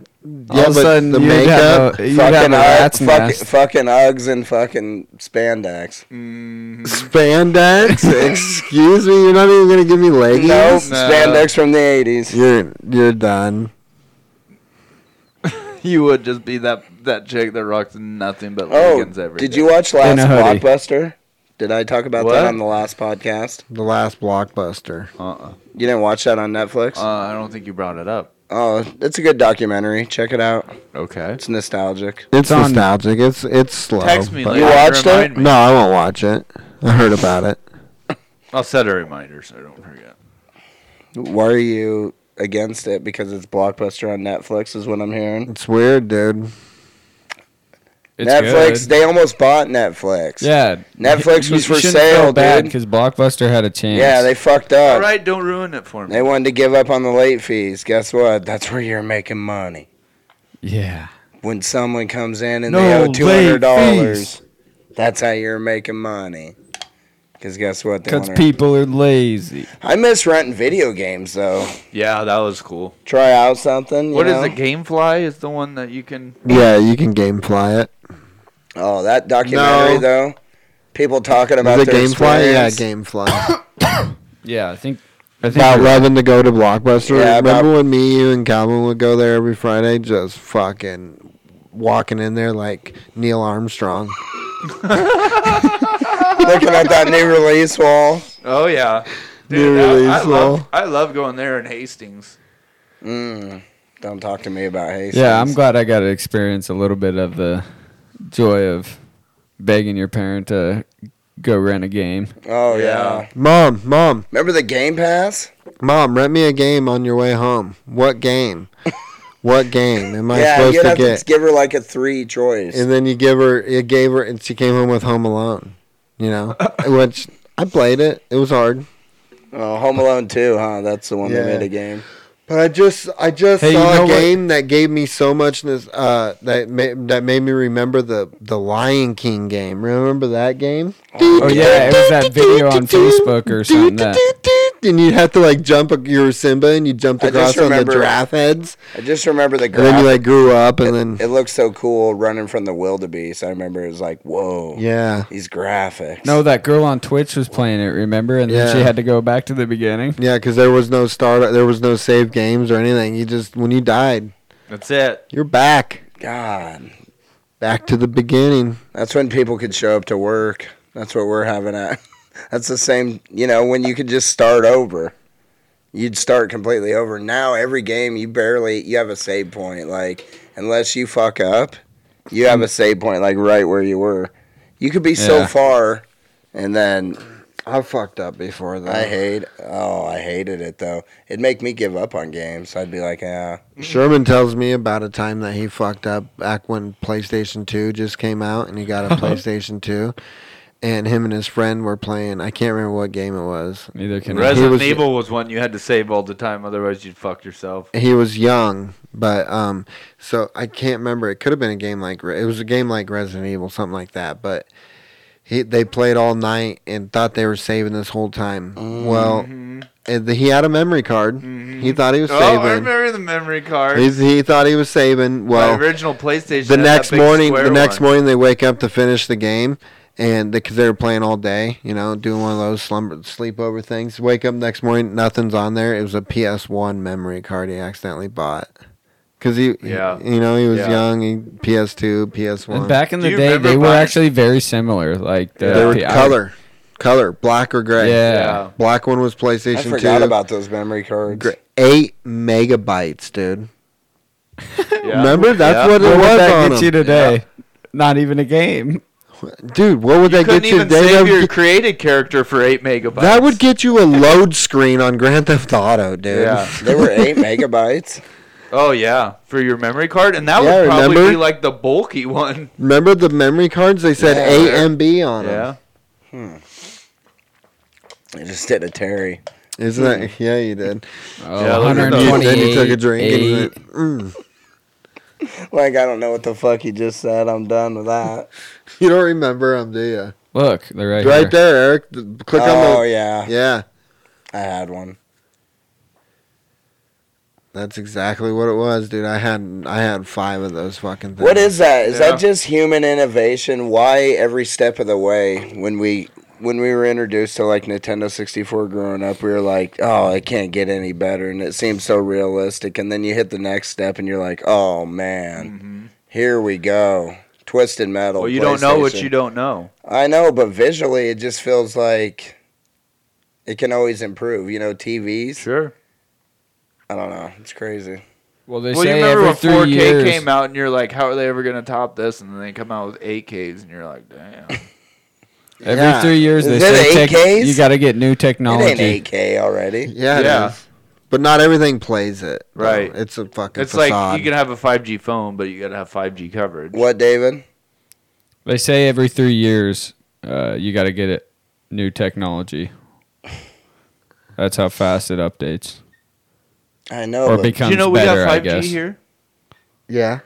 yeah, of a but sudden, the you'd makeup. have a, you'd have a fucking rat's fuck- nest. fucking Uggs and fucking spandex. Mm-hmm. Spandex? [LAUGHS] Excuse me, you're not even gonna give me leggings? No, No. spandex from the '80s. You're you're done. You would just be that that chick that rocks nothing but Oh, leggings every did day. you watch last In a hoodie. blockbuster? Did I talk about What? that on the last podcast? The last blockbuster. Uh-uh. You didn't watch that on Netflix? Uh, I don't think you brought it up. oh, it's a good documentary. Check it out. Okay. It's nostalgic. It's, on- nostalgic. It's it's slow. Text me. but- later You to watched it? remind me. No, I won't watch it. I heard about it. I'll set a reminder so I don't forget. Why are you against it? Because it's blockbuster on Netflix, is what I'm hearing. It's weird, dude. It's Netflix. good. They almost bought Netflix. Yeah. Netflix You was for shouldn't sale, feel bad dude. because Blockbuster had a chance. Yeah, they fucked up. All right, don't ruin it for me. They wanted to give up on the late fees. Guess what? That's where you're making money. Yeah. When someone comes in and they No owe late two hundred dollars, fees. that's how you're making money. Because guess what? They Because wanna- people are lazy. I miss renting video games though. Yeah, that was cool. Try out something. you What is know? it? Gamefly is the one that you can. Yeah, you can gamefly it. Oh, that documentary No. though. People talking Is about it their gamefly? [COUGHS] Yeah, experience. gamefly. Yeah, I think. I think about you're- loving to go to Blockbuster. Yeah, about- Remember when me, you, and Calvin would go there every Friday, just fucking walking in there like Neil Armstrong. Looking at that new release wall. Oh yeah. New Dude, I, I, release, love, though. I love going there in Hastings. Mm, don't talk to me about Hastings. Yeah, I'm glad I got to experience a little bit of the joy of begging your parent to go rent a game. Oh yeah. Yeah. Mom, mom, Remember the Game Pass? mom, rent me a game on your way home. What game? What game am I yeah, supposed you'd to have get? to give her like a three choice. and then you give her, you gave her, and she came home with Home Alone. You [LAUGHS] know, which I played it. It was hard, oh, Home Alone two, huh? That's the one Yeah. they made a game. but I just, I just Hey, you saw know a what- game that gave me so much. This, uh, that made that made me remember the the Lion King game. Remember that game? Oh yeah, it was that video on Facebook or something. That, and you'd have to like jump. You were Simba, and you jumped I just across on the remember- giraffe heads, I just remember the and then you graphic. like grew up, and then it looked so cool running from the wildebeest. I remember it was like, whoa, yeah, these graphics. no, that girl on Twitch was playing it. Remember, and then she Yeah. had to go back to the beginning. yeah, because there was no start, there was no save games or anything. You just when you died, That's it. you're back, God, back to the beginning. that's when people could show up to work. That's what we're having at. [LAUGHS] That's the same, you know, when you could just start over. You'd start completely over. Now every game you barely you have a save point. Like unless you fuck up, you have a save point like right where you were. You could be so Yeah. far, and then I fucked up before that. I hate. Oh, I hated it though. It'd make me give up on games. I'd be like, ah, Sherman tells me about a time that he fucked up back when PlayStation 2 just came out and he got Uh-huh. a PlayStation 2. And him and his friend were playing, I can't remember what game it was. Neither can I. He Resident was- Evil was one you had to save all the time, otherwise you'd fuck yourself. He was young, but um, so I can't remember. It could have been a game like, Re- it was a game like Resident Evil, something like that. But he, they played all night and thought they were saving this whole time. Well, and he had a memory card. He thought he was Mm-hmm. Oh, I saving. remember the memory card. He's, he thought he was saving. Well, My original PlayStation. the had that next big morning square the next one. morning they wake up to finish the game and because they were playing all day you know doing one of those slumber sleepover things wake up next morning nothing's on there it was a ps1 memory card he accidentally bought because he Yeah. you know he was Yeah. young he, ps2 ps1 And back in Do the you day, remember they were buying- actually very similar. Like the they were the- I- color color black or gray Yeah. Yeah. black one was I playstation forgot 2 about those memory cards. Gr- eight megabytes dude Yeah. remember that's Yeah. what it What was would on that get them. you today? Not even a game. dude what would You that get couldn't you even today That save would your get- created character for eight megabytes. That would get you a load screen on Grand Theft Auto, dude. Yeah. They were eight megabytes. Oh yeah, for your memory card, and that Yeah, would probably remember? be like the bulky [LAUGHS] one. Remember the memory cards? They said Yeah. A and B on Yeah. them. I just did a Terry. Isn't that? Yeah, you did. Oh, Yeah, look at those. You, 128, then you took a drink. And you eight. went, mm. Like I don't know what the fuck you just said. I'm done [LAUGHS] with that. [LAUGHS] You don't remember them, do you? Look, they're right, Right here. there, Eric. Th- Click oh on the. yeah. Yeah, I had one. that's exactly what it was, dude. I had I had five of those fucking things. What is that? Is Yeah. that just human innovation? Why every step of the way when we when we were introduced to like Nintendo 64 growing up, we were like, "Oh, it can't get any better," and it seems so realistic. And then you hit the next step, and you're like, "Oh man, here we go." Twisted Metal. Hmm. Mm-hmm. Well, you don't know what Oh, PlayStation. you don't know. I know, but visually, it just feels like it can always improve. You know, TVs. Sure. I don't know. It's crazy. Well, they Well, you say remember every when three 4K years. came out, and you're like, "How are they ever going to top this?" And then they come out with 8Ks, and you're like, [LAUGHS] "Damn." Every Yeah. three years, they Is it say tech, 8Ks? you got to get new technology. It ain't 8K already. Yeah, Yeah. yeah. But not everything plays it. though. Right. It's a fucking. it's facade. like you can have a 5G phone, but you got to have 5G coverage. What, David? They say every three years, uh, you got to get it new technology. That's how fast it updates I Oh, know. or but becomes Do you know we better. I got 5G guess. here? Yeah.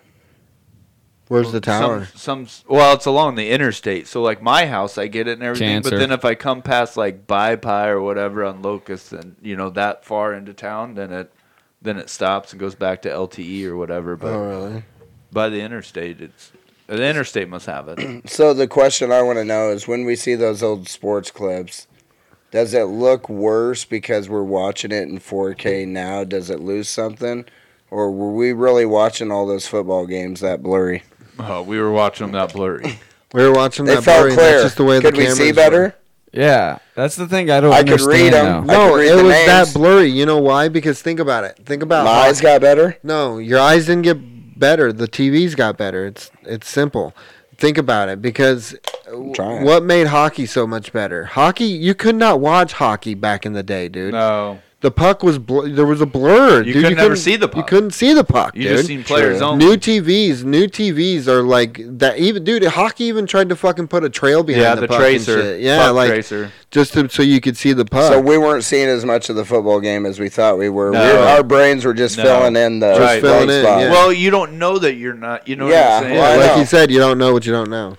Where's the tower? Some, some well, it's along the interstate. So like my house, I get it and everything. But Cancer. then if I come past like Bipi or whatever on Locust, and you know that far into town, then it then it stops and goes back to LTE or whatever. But oh, really? by the interstate, it's the interstate must have it. So the question I want to know is when we see those old sports clips, does it look worse because we're watching it in 4K now? Does it lose something? Or were we really watching all those football games that blurry? [CLEARS THROAT] oh, we were watching that blurry. [LAUGHS] We were watching They that. felt blurry, and clear. That's just the way could the we cameras see were. better? Yeah, that's the thing. I don't. I could understand, read 'em. though. I No, could read it the was that names. blurry. You know why? Because think about it. Think about My how- eyes got better. No, your eyes didn't get better. The TVs got better. It's it's simple. Think about it because w- trying. what made hockey so much better? Hockey, you could not watch hockey back in the day, dude. no, The puck was bl- there was a blur. You dude. couldn't ever see the You puck. couldn't see the puck. You dude. just seen players only. New TVs, new TVs are like that. Even dude, hockey even tried to fucking put a trail behind Yeah, the, the puck and tracer. shit. Yeah, Puck like tracer. just to, so you could see the puck. So we weren't seeing as much of the football game as we thought we were. No. We- our brains were just No. filling in the Just right filling blank in, spot. yeah. Well, you don't know that you're not. You know what Yeah, I'm saying? well, I like know. you said, you don't know what you don't know.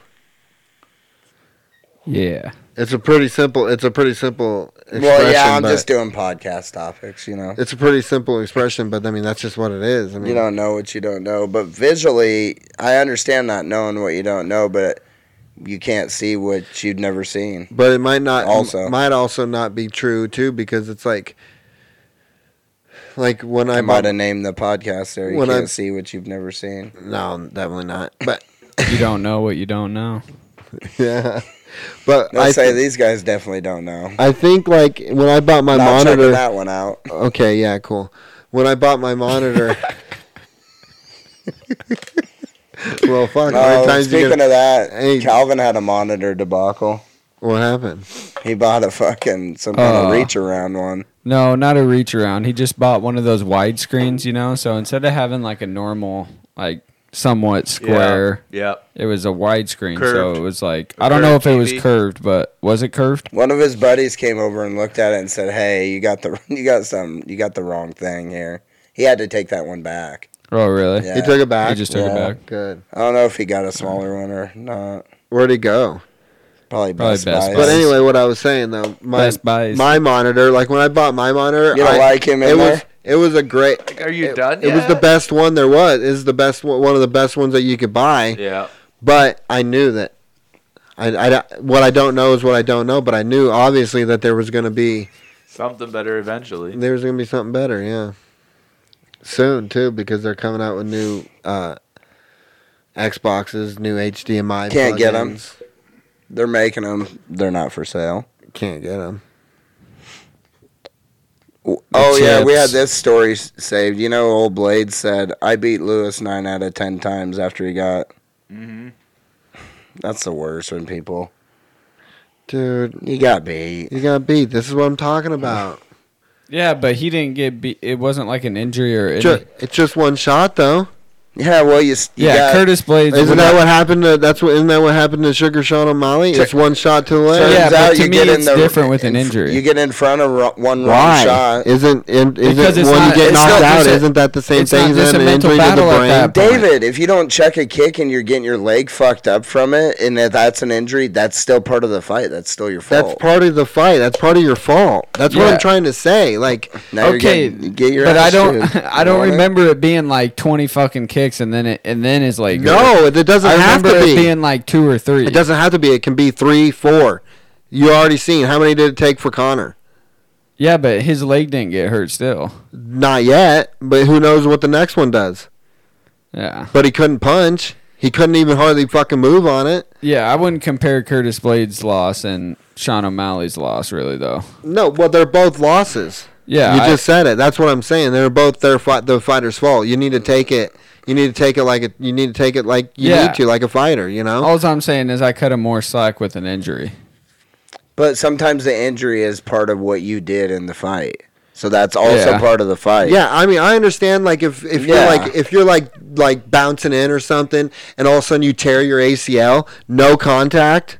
Yeah. It's a pretty simple. It's a pretty simple. Expression, Well, yeah, I'm but- just doing podcast topics, you know. It's a pretty simple expression, but I mean that's just what it is. I mean, You don't know what you don't know, but visually, I understand not knowing what you don't know, but you can't see what you've never seen. but it might not Also. might also not be true too because it's like like when I, I bought might have named the podcast there. You When I- can't see what you've never seen. no definitely [LAUGHS] not but [LAUGHS] You don't know what you don't know. yeah but They'll I say thi- these guys definitely don't know. I think like when I bought my Not checking monitor that one out. okay yeah cool when I bought my [LAUGHS] monitor well fuck [LAUGHS] how many Oh, times you speaking gonna- of that, Hey. Calvin had a monitor debacle. what happened He bought a fucking some kind Uh. Oh. of reach around one. No, not a reach around. He just bought one of those wide screens, you know. So instead of having like a normal, like somewhat square, Yeah. it was a wide screen. So Curved. it was like A I don't know if curved it was TV. curved, but was it curved? One of his buddies came over and looked at it and said, "Hey, you got the [LAUGHS] you got some you got the wrong thing here." He had to take that one back. Oh, really? Yeah. he took it back He just took it Yeah. back. good I don't know if he got a smaller one or not. where'd he go Probably Probably Best, Best Buy. Buy. But anyway, what I was saying though, my Best Buys. my monitor, like when I bought my monitor, You don't I, like him in it there? was it was a great. Are you it, done? It was yet? the best one there was. Is the best one one of the best ones that you could buy. Yeah. But I knew that. I, I- what I don't know is what I don't know, but I knew obviously that there was going to be Something better eventually. there was going to be something better, yeah. Soon too, because they're coming out with new uh, Xboxes, new HDMI. Can't get 'em. plugins. They're making them. They're not for sale. Can't get them. oh yeah, we had chips. this story s- saved. You know, old Blade said, "I beat Lewis nine out of ten times after he got." Mm-hmm. That's the worst when people dude. you got beat. You got beat. This is what I'm talking about. Yeah, but he didn't get beat. It wasn't like an injury or any- Ju- it's just one shot though. Yeah, well you, s- you yeah, got, Curtis Blades. Isn't would that not- what happened to that's what isn't that what happened to Sugar Sean O'Malley? It's one shot to the turns left. Yeah, but out to you me get in it's the- different with an in- injury. You get in front of ro- one wrong Why shot. isn't in, Because isn't it's when not- you get it's knocked not out? just a- Isn't that the same it's thing not as just an a mental injury to the battle at brain? that point. David, if you don't check a kick and you're getting your leg fucked up from it, and if that's an injury, that's still part of the fight. That's still your fault. That's part of the fight. That's part of your fault. That's what Yeah. I'm trying to say. Like Now you're okay, getting- get your but I ass don't. [LAUGHS] chewed. [LAUGHS] I You don't know what I mean? remember it being like twenty fucking kicks, and then it and then it's like no, it doesn't I have remember to it be. being like two or three. it doesn't have to be. It can be three, four. You already seen how many did it take for Connor? Yeah, but his leg didn't get hurt still. Not yet, but who knows what the next one does? Yeah. But he couldn't punch. He couldn't even hardly fucking move on it. Yeah, I wouldn't compare Curtis Blade's loss and Sean O'Malley's loss, really, though. No, well, they're both losses. Yeah, you I- just said it. That's what I'm saying. They're both their fight, the fighter's fault. You need to take it. You need to take it like a, you need to take it like you Yeah. need to, like a fighter. You know. [LAUGHS] All I'm saying is I cut him more slack with an injury. But sometimes the injury is part of what you did in the fight. So that's also Yeah. part of the fight. Yeah, I mean, I understand. Like, if if Yeah. you're like if you're like like bouncing in or something, and all of a sudden you tear your ACL, no contact.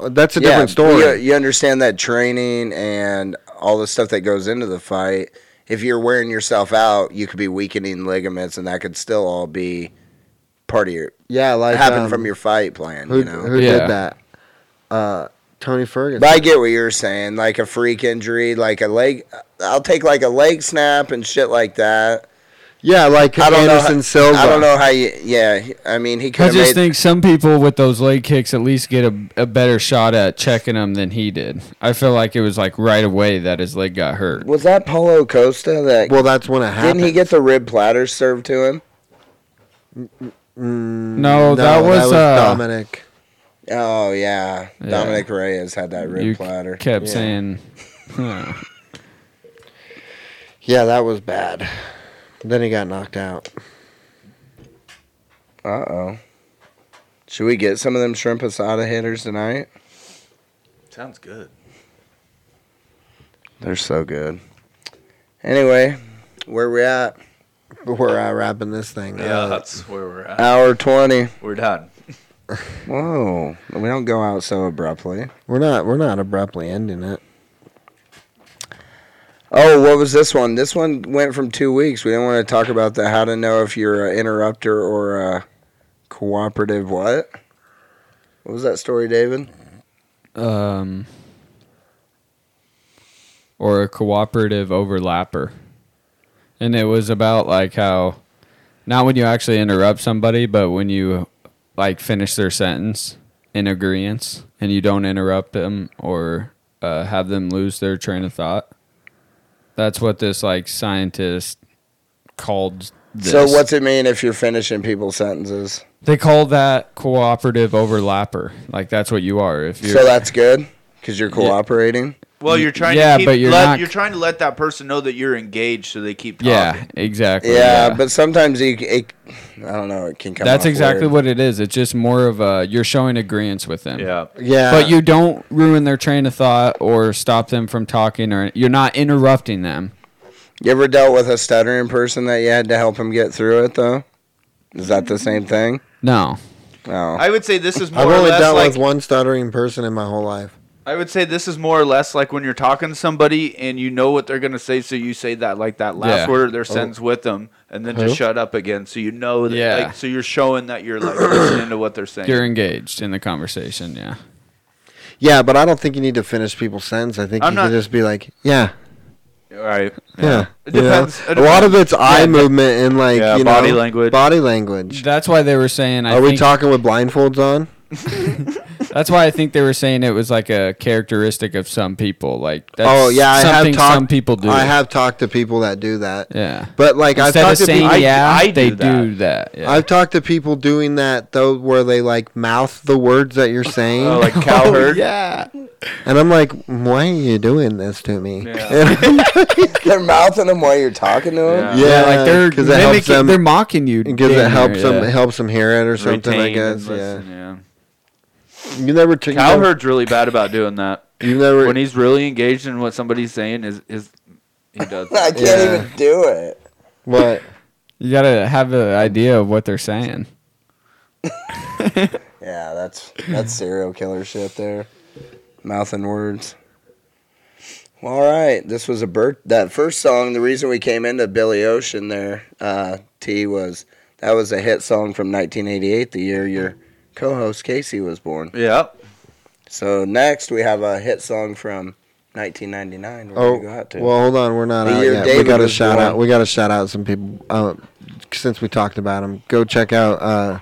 That's a Yeah, different story. You, you understand that training and all the stuff that goes into the fight. If you're wearing yourself out, you could be weakening ligaments, and that could still all be part of your yeah, like happen um, from your fight plan. who, you know, who Yeah. did that? Uh, Tony Ferguson. But I get what you're saying, like a freak injury, like a leg. I'll take like a leg snap and shit like that. yeah, like I don't Anderson know. How, Silva. I don't know how you. Yeah, I mean, he I could have just made. think some people with those leg kicks at least get a, a better shot at checking him than he did. I feel like it was like right away that his leg got hurt. was that Paulo Costa that? Well, that's when it happened. didn't he get the rib platter served to him? Mm, No, that was, uh, Dominic. Oh yeah, Yeah. Dominic Reyes had that rib you platter. kept Yeah. saying. Huh. Yeah, that was bad. Then he got knocked out. [LAUGHS] Uh oh. Should we get some of them shrimp asada hitters tonight? Sounds good. They're so good. Anyway, where we at? We're uh, wrapping this thing. Uh, Yeah, up. that's where we're at. Hour twenty. We're done. Whoa! We don't go out so abruptly. we're not. We're not abruptly ending it. Oh, what was this one? This one went from two weeks. We didn't want to talk about the how to know if you're an interrupter or a cooperative. What? What was that story, David? um, or a cooperative overlapper. And it was about like how, not when you actually interrupt somebody, but when you like finish their sentence in agreement and you don't interrupt them or uh, have them lose their train of thought. That's what this like scientist called. This. So, what's it mean if you're finishing people's sentences? they call that cooperative overlapper? Like that's what you are. If you're so that's good because you're cooperating. Well, you're trying yeah, to keep, but you're let, not- you're trying to let that person know that you're engaged, so they keep talking. yeah, exactly. Yeah, but sometimes you, it, I don't know, it can come. That's off exactly weird. what it is. It's just more of a you're showing agreement with them. yeah. Yeah, But you don't ruin their train of thought or stop them from talking or you're not interrupting them. You ever dealt with a stuttering person that you had to help him get through it though? Is that the same thing? Oh. No. No. [LAUGHS] I would say this [LAUGHS] is more I've or only less dealt like with one stuttering person in my whole life. I would say this is more or less like when you're talking to somebody and you know what they're gonna say, so you say that like that last Yeah. Oh. word of their sentence with them, and then just shut up again, so you know that. Yeah. Like, so you're showing that you're like listening to what they're saying. You're engaged in the conversation, yeah. Yeah, but I don't think you need to finish people's sentence. I think I'm you not- can just be like, yeah, All right. yeah. It you know? depends- it A lot depends. of it's eye movement and like Yeah, you know, body language. Body language. That's why they were saying I Are we think- talking with blindfolds on? that's why I think they were saying it was like a characteristic of some people. Like that's oh yeah, I have something talked. some people do. I have talked to people that do that. yeah. But like Instead I've talked of to saying people, yeah, I do they that. do that. Yeah. I've talked to people doing that though, where they like mouth the words that you're saying, Oh, like cowherd. yeah. [LAUGHS] and I'm like, why are you doing this to me? [LAUGHS] Yeah. They're mouthing them while you're talking to them. Yeah. [LAUGHS] Yeah, [LAUGHS] like they're because it helps mimicking- them. they're mocking you. Because damn it helps near, them yeah. helps them hear it or something. I Retain and guess. listen, Yeah. yeah. You never. T- you never- Cowherd's really bad about doing that. You never. When he's really engaged in what somebody's saying, is is he does. [LAUGHS] I that. can't Yeah. even do it. what? You gotta have an idea of what they're saying. Yeah, that's [CLEARS THROAT] that's serial killer shit there. Mouth and words. Well, all right. This was a birth. That first song. The reason we came into Billy Ocean there, uh, T was that was a hit song from 1988, the year your co-host Casey was born. Yeah. So next we have a hit song from 1999. Where Oh, we got to. well, hold on. We're not The out year yet. we David got to was shout born. out. We got to shout out some people. Uh, since we talked about them, go check out uh,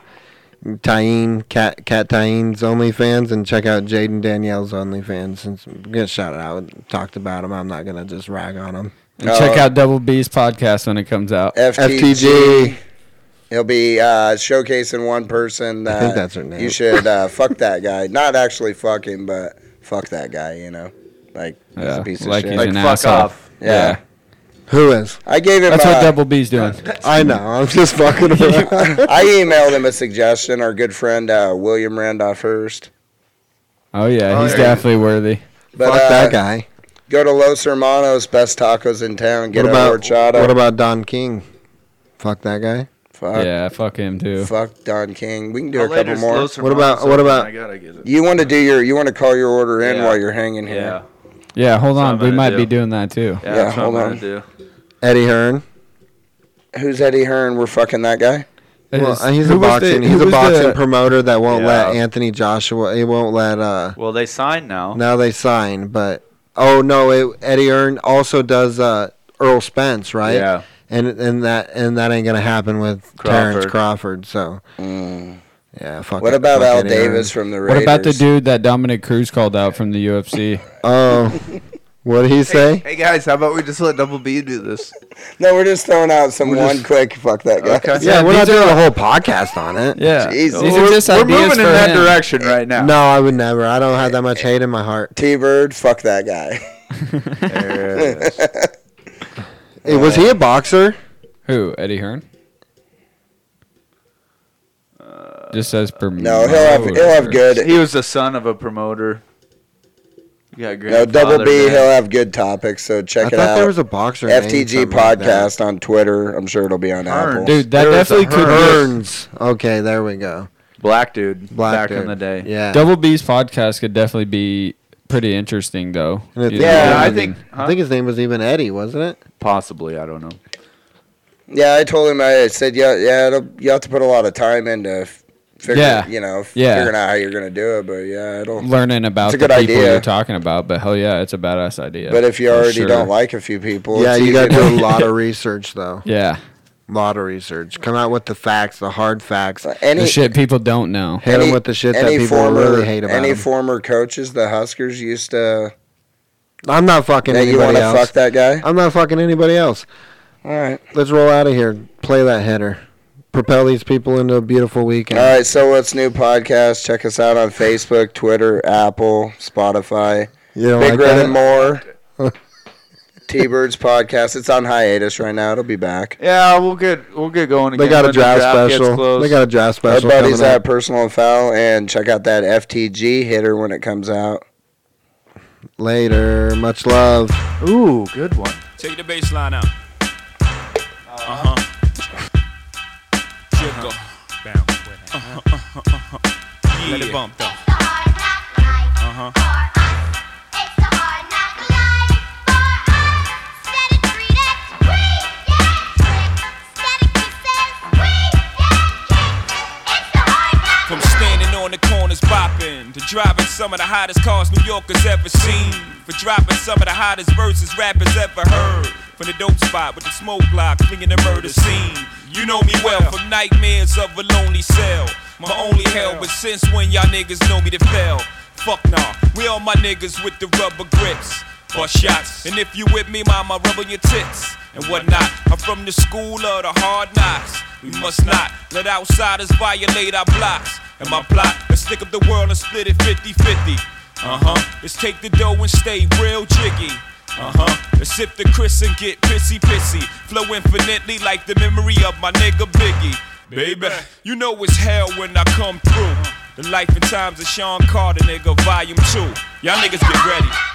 Tyene Cat Cat Tyene's OnlyFans and check out Jade and Danielle's OnlyFans. Since we're gonna shout it out, talked about them. I'm not gonna just rag on them. And Oh. check out Double B's podcast when it comes out. FTG. He'll be uh, showcasing one person that I think that's her name. you [LAUGHS] should uh, fuck that guy. Not actually fuck him, but fuck that guy. You know, like he's Yeah, a piece of like shit. he's Like an fuck asshole. off. yeah. Who is? I gave him. That's what uh, Double B's doing. I know. I'm just fucking around. [LAUGHS] I emailed him a suggestion. Our good friend uh, William Randolph Hearst. Oh yeah, Oh, he's yeah. definitely worthy. But, [LAUGHS] Fuck uh, that guy. Go to Los Hermanos, best tacos in town. Get What a about horchata. what about Don King? Fuck that guy. fuck, yeah, fuck him too. fuck Don King. We can do Well, a couple later's more. closer, What Mom, about- so what about- I gotta get it. You want to do your? You want to call your order in Yeah. while you're hanging here? Yeah. Yeah, hold what on, I'm we gonna might do. be doing that too. Yeah, Yeah, that's what hold I'm on. gonna do. Eddie Hearn. Who's Eddie Hearn? We're fucking that guy. Well, Is- uh, he's who a was the- boxing. who he's a was boxing the- promoter that won't let Yeah. Anthony Joshua. He won't let. uh Well, they signed now. Now they sign, but oh no, it, Eddie Earn also does uh Earl Spence, right? Yeah. And and that and that ain't gonna happen with Terrence Crawford. So yeah, fuck. Mm. What it, about fuck Al Eddie Davis Earn. from the Raiders? what about the dude that Dominic Cruz called out from the UFC? Oh, what did he say? Hey guys, how about we just let Double B do this? No, we're just throwing out some one quick fuck that guy. Okay. yeah, Yeah, we're not these doing a whole podcast on it. [LAUGHS] Yeah, Jesus. these We're- are just we're ideas moving in for that him. direction right now. No, I would never. I don't have that much hate in my heart. T Bird, fuck that guy. [LAUGHS] Hey, was he a boxer? Who? Eddie Hearn? Just says per. No, he'll have he'll have good. he was the son of a promoter. You got No, double grandfather B. there. He'll have good topics, so check I it thought out. there was a boxer. named FTG something like that. podcast on Twitter. I'm sure it'll be on Hearn. Apple. Dude, that There is a definitely could be. Burns. Okay, there we go. black dude Black back in dude. the day. Yeah. Double B's podcast could definitely be pretty interesting, though. And it's- You Yeah, know, I mean, think I think his name was even Eddie, wasn't it? possibly. I don't know. Yeah, I told him. I said, yeah, yeah, it'll, you have to put a lot of time into f- figuring, Yeah. you know, f- Yeah. figuring out how you're gonna do it. But yeah, it'll. learning about It's the a good people idea. you're talking about. But hell yeah, it's a badass idea. but if you for already sure. don't like a few people, yeah, it's you easy got to to- do a lot of research though. yeah, lot of research. Come out with the facts, the hard facts. [LAUGHS] any the shit people don't know. Hit them with the shit that any people really hate about any 'em. former coaches the Huskers used to. I'm not fucking That you want anybody else. to fuck that guy? I'm not fucking anybody else. All right. Let's roll out of here. Play that header. Propel these people into a beautiful weekend. All right, so what's new podcast? Check us out on Facebook, Twitter, Apple, Spotify, You don't Big like Red that? and More, [LAUGHS] T Birds podcast. It's on hiatus right now. It'll be back. Yeah, we'll get we'll get going. They again got when a the draft, gets special. close. They got a draft special. Our buddies coming at up. Personal and Foul, and check out that FTG hitter when it comes out. Later. Much love. Ooh, good one. Take the baseline out. Uh huh. Jiggle. Uh-huh, uh-huh, uh-huh. Yeah. Let it bump though. It's a hard knock life Uh huh. for us. It's a hard knock life for us. Steady treated, we get tricked. Steady kisses, we get kicked. It's a hard knock From standing on the corners bopping to driving some of the hottest cars New Yorkers ever seen. For dropping some of the hottest verses rappers ever heard. From the dope spot with the smoke block flinging the murder scene. You know me well from nightmares of a lonely cell. My only hell, but since when y'all niggas know me to fail? Fuck nah, we all my niggas with the rubber grips. Or shots, and if you with me, mama, rubber your tits and whatnot. I'm from the school of the hard knocks. We must not let outsiders violate our blocks. And my plot is stick up the world and split it 50 50. Uh huh. Let's take the dough and stay real jiggy. Uh huh. Let's sip the Chris and get pissy pissy. Flow infinitely like the memory of my nigga Biggie. Baby, you know it's hell when I come through. The life and times of Sean Carter, nigga, volume two. Y'all niggas get ready.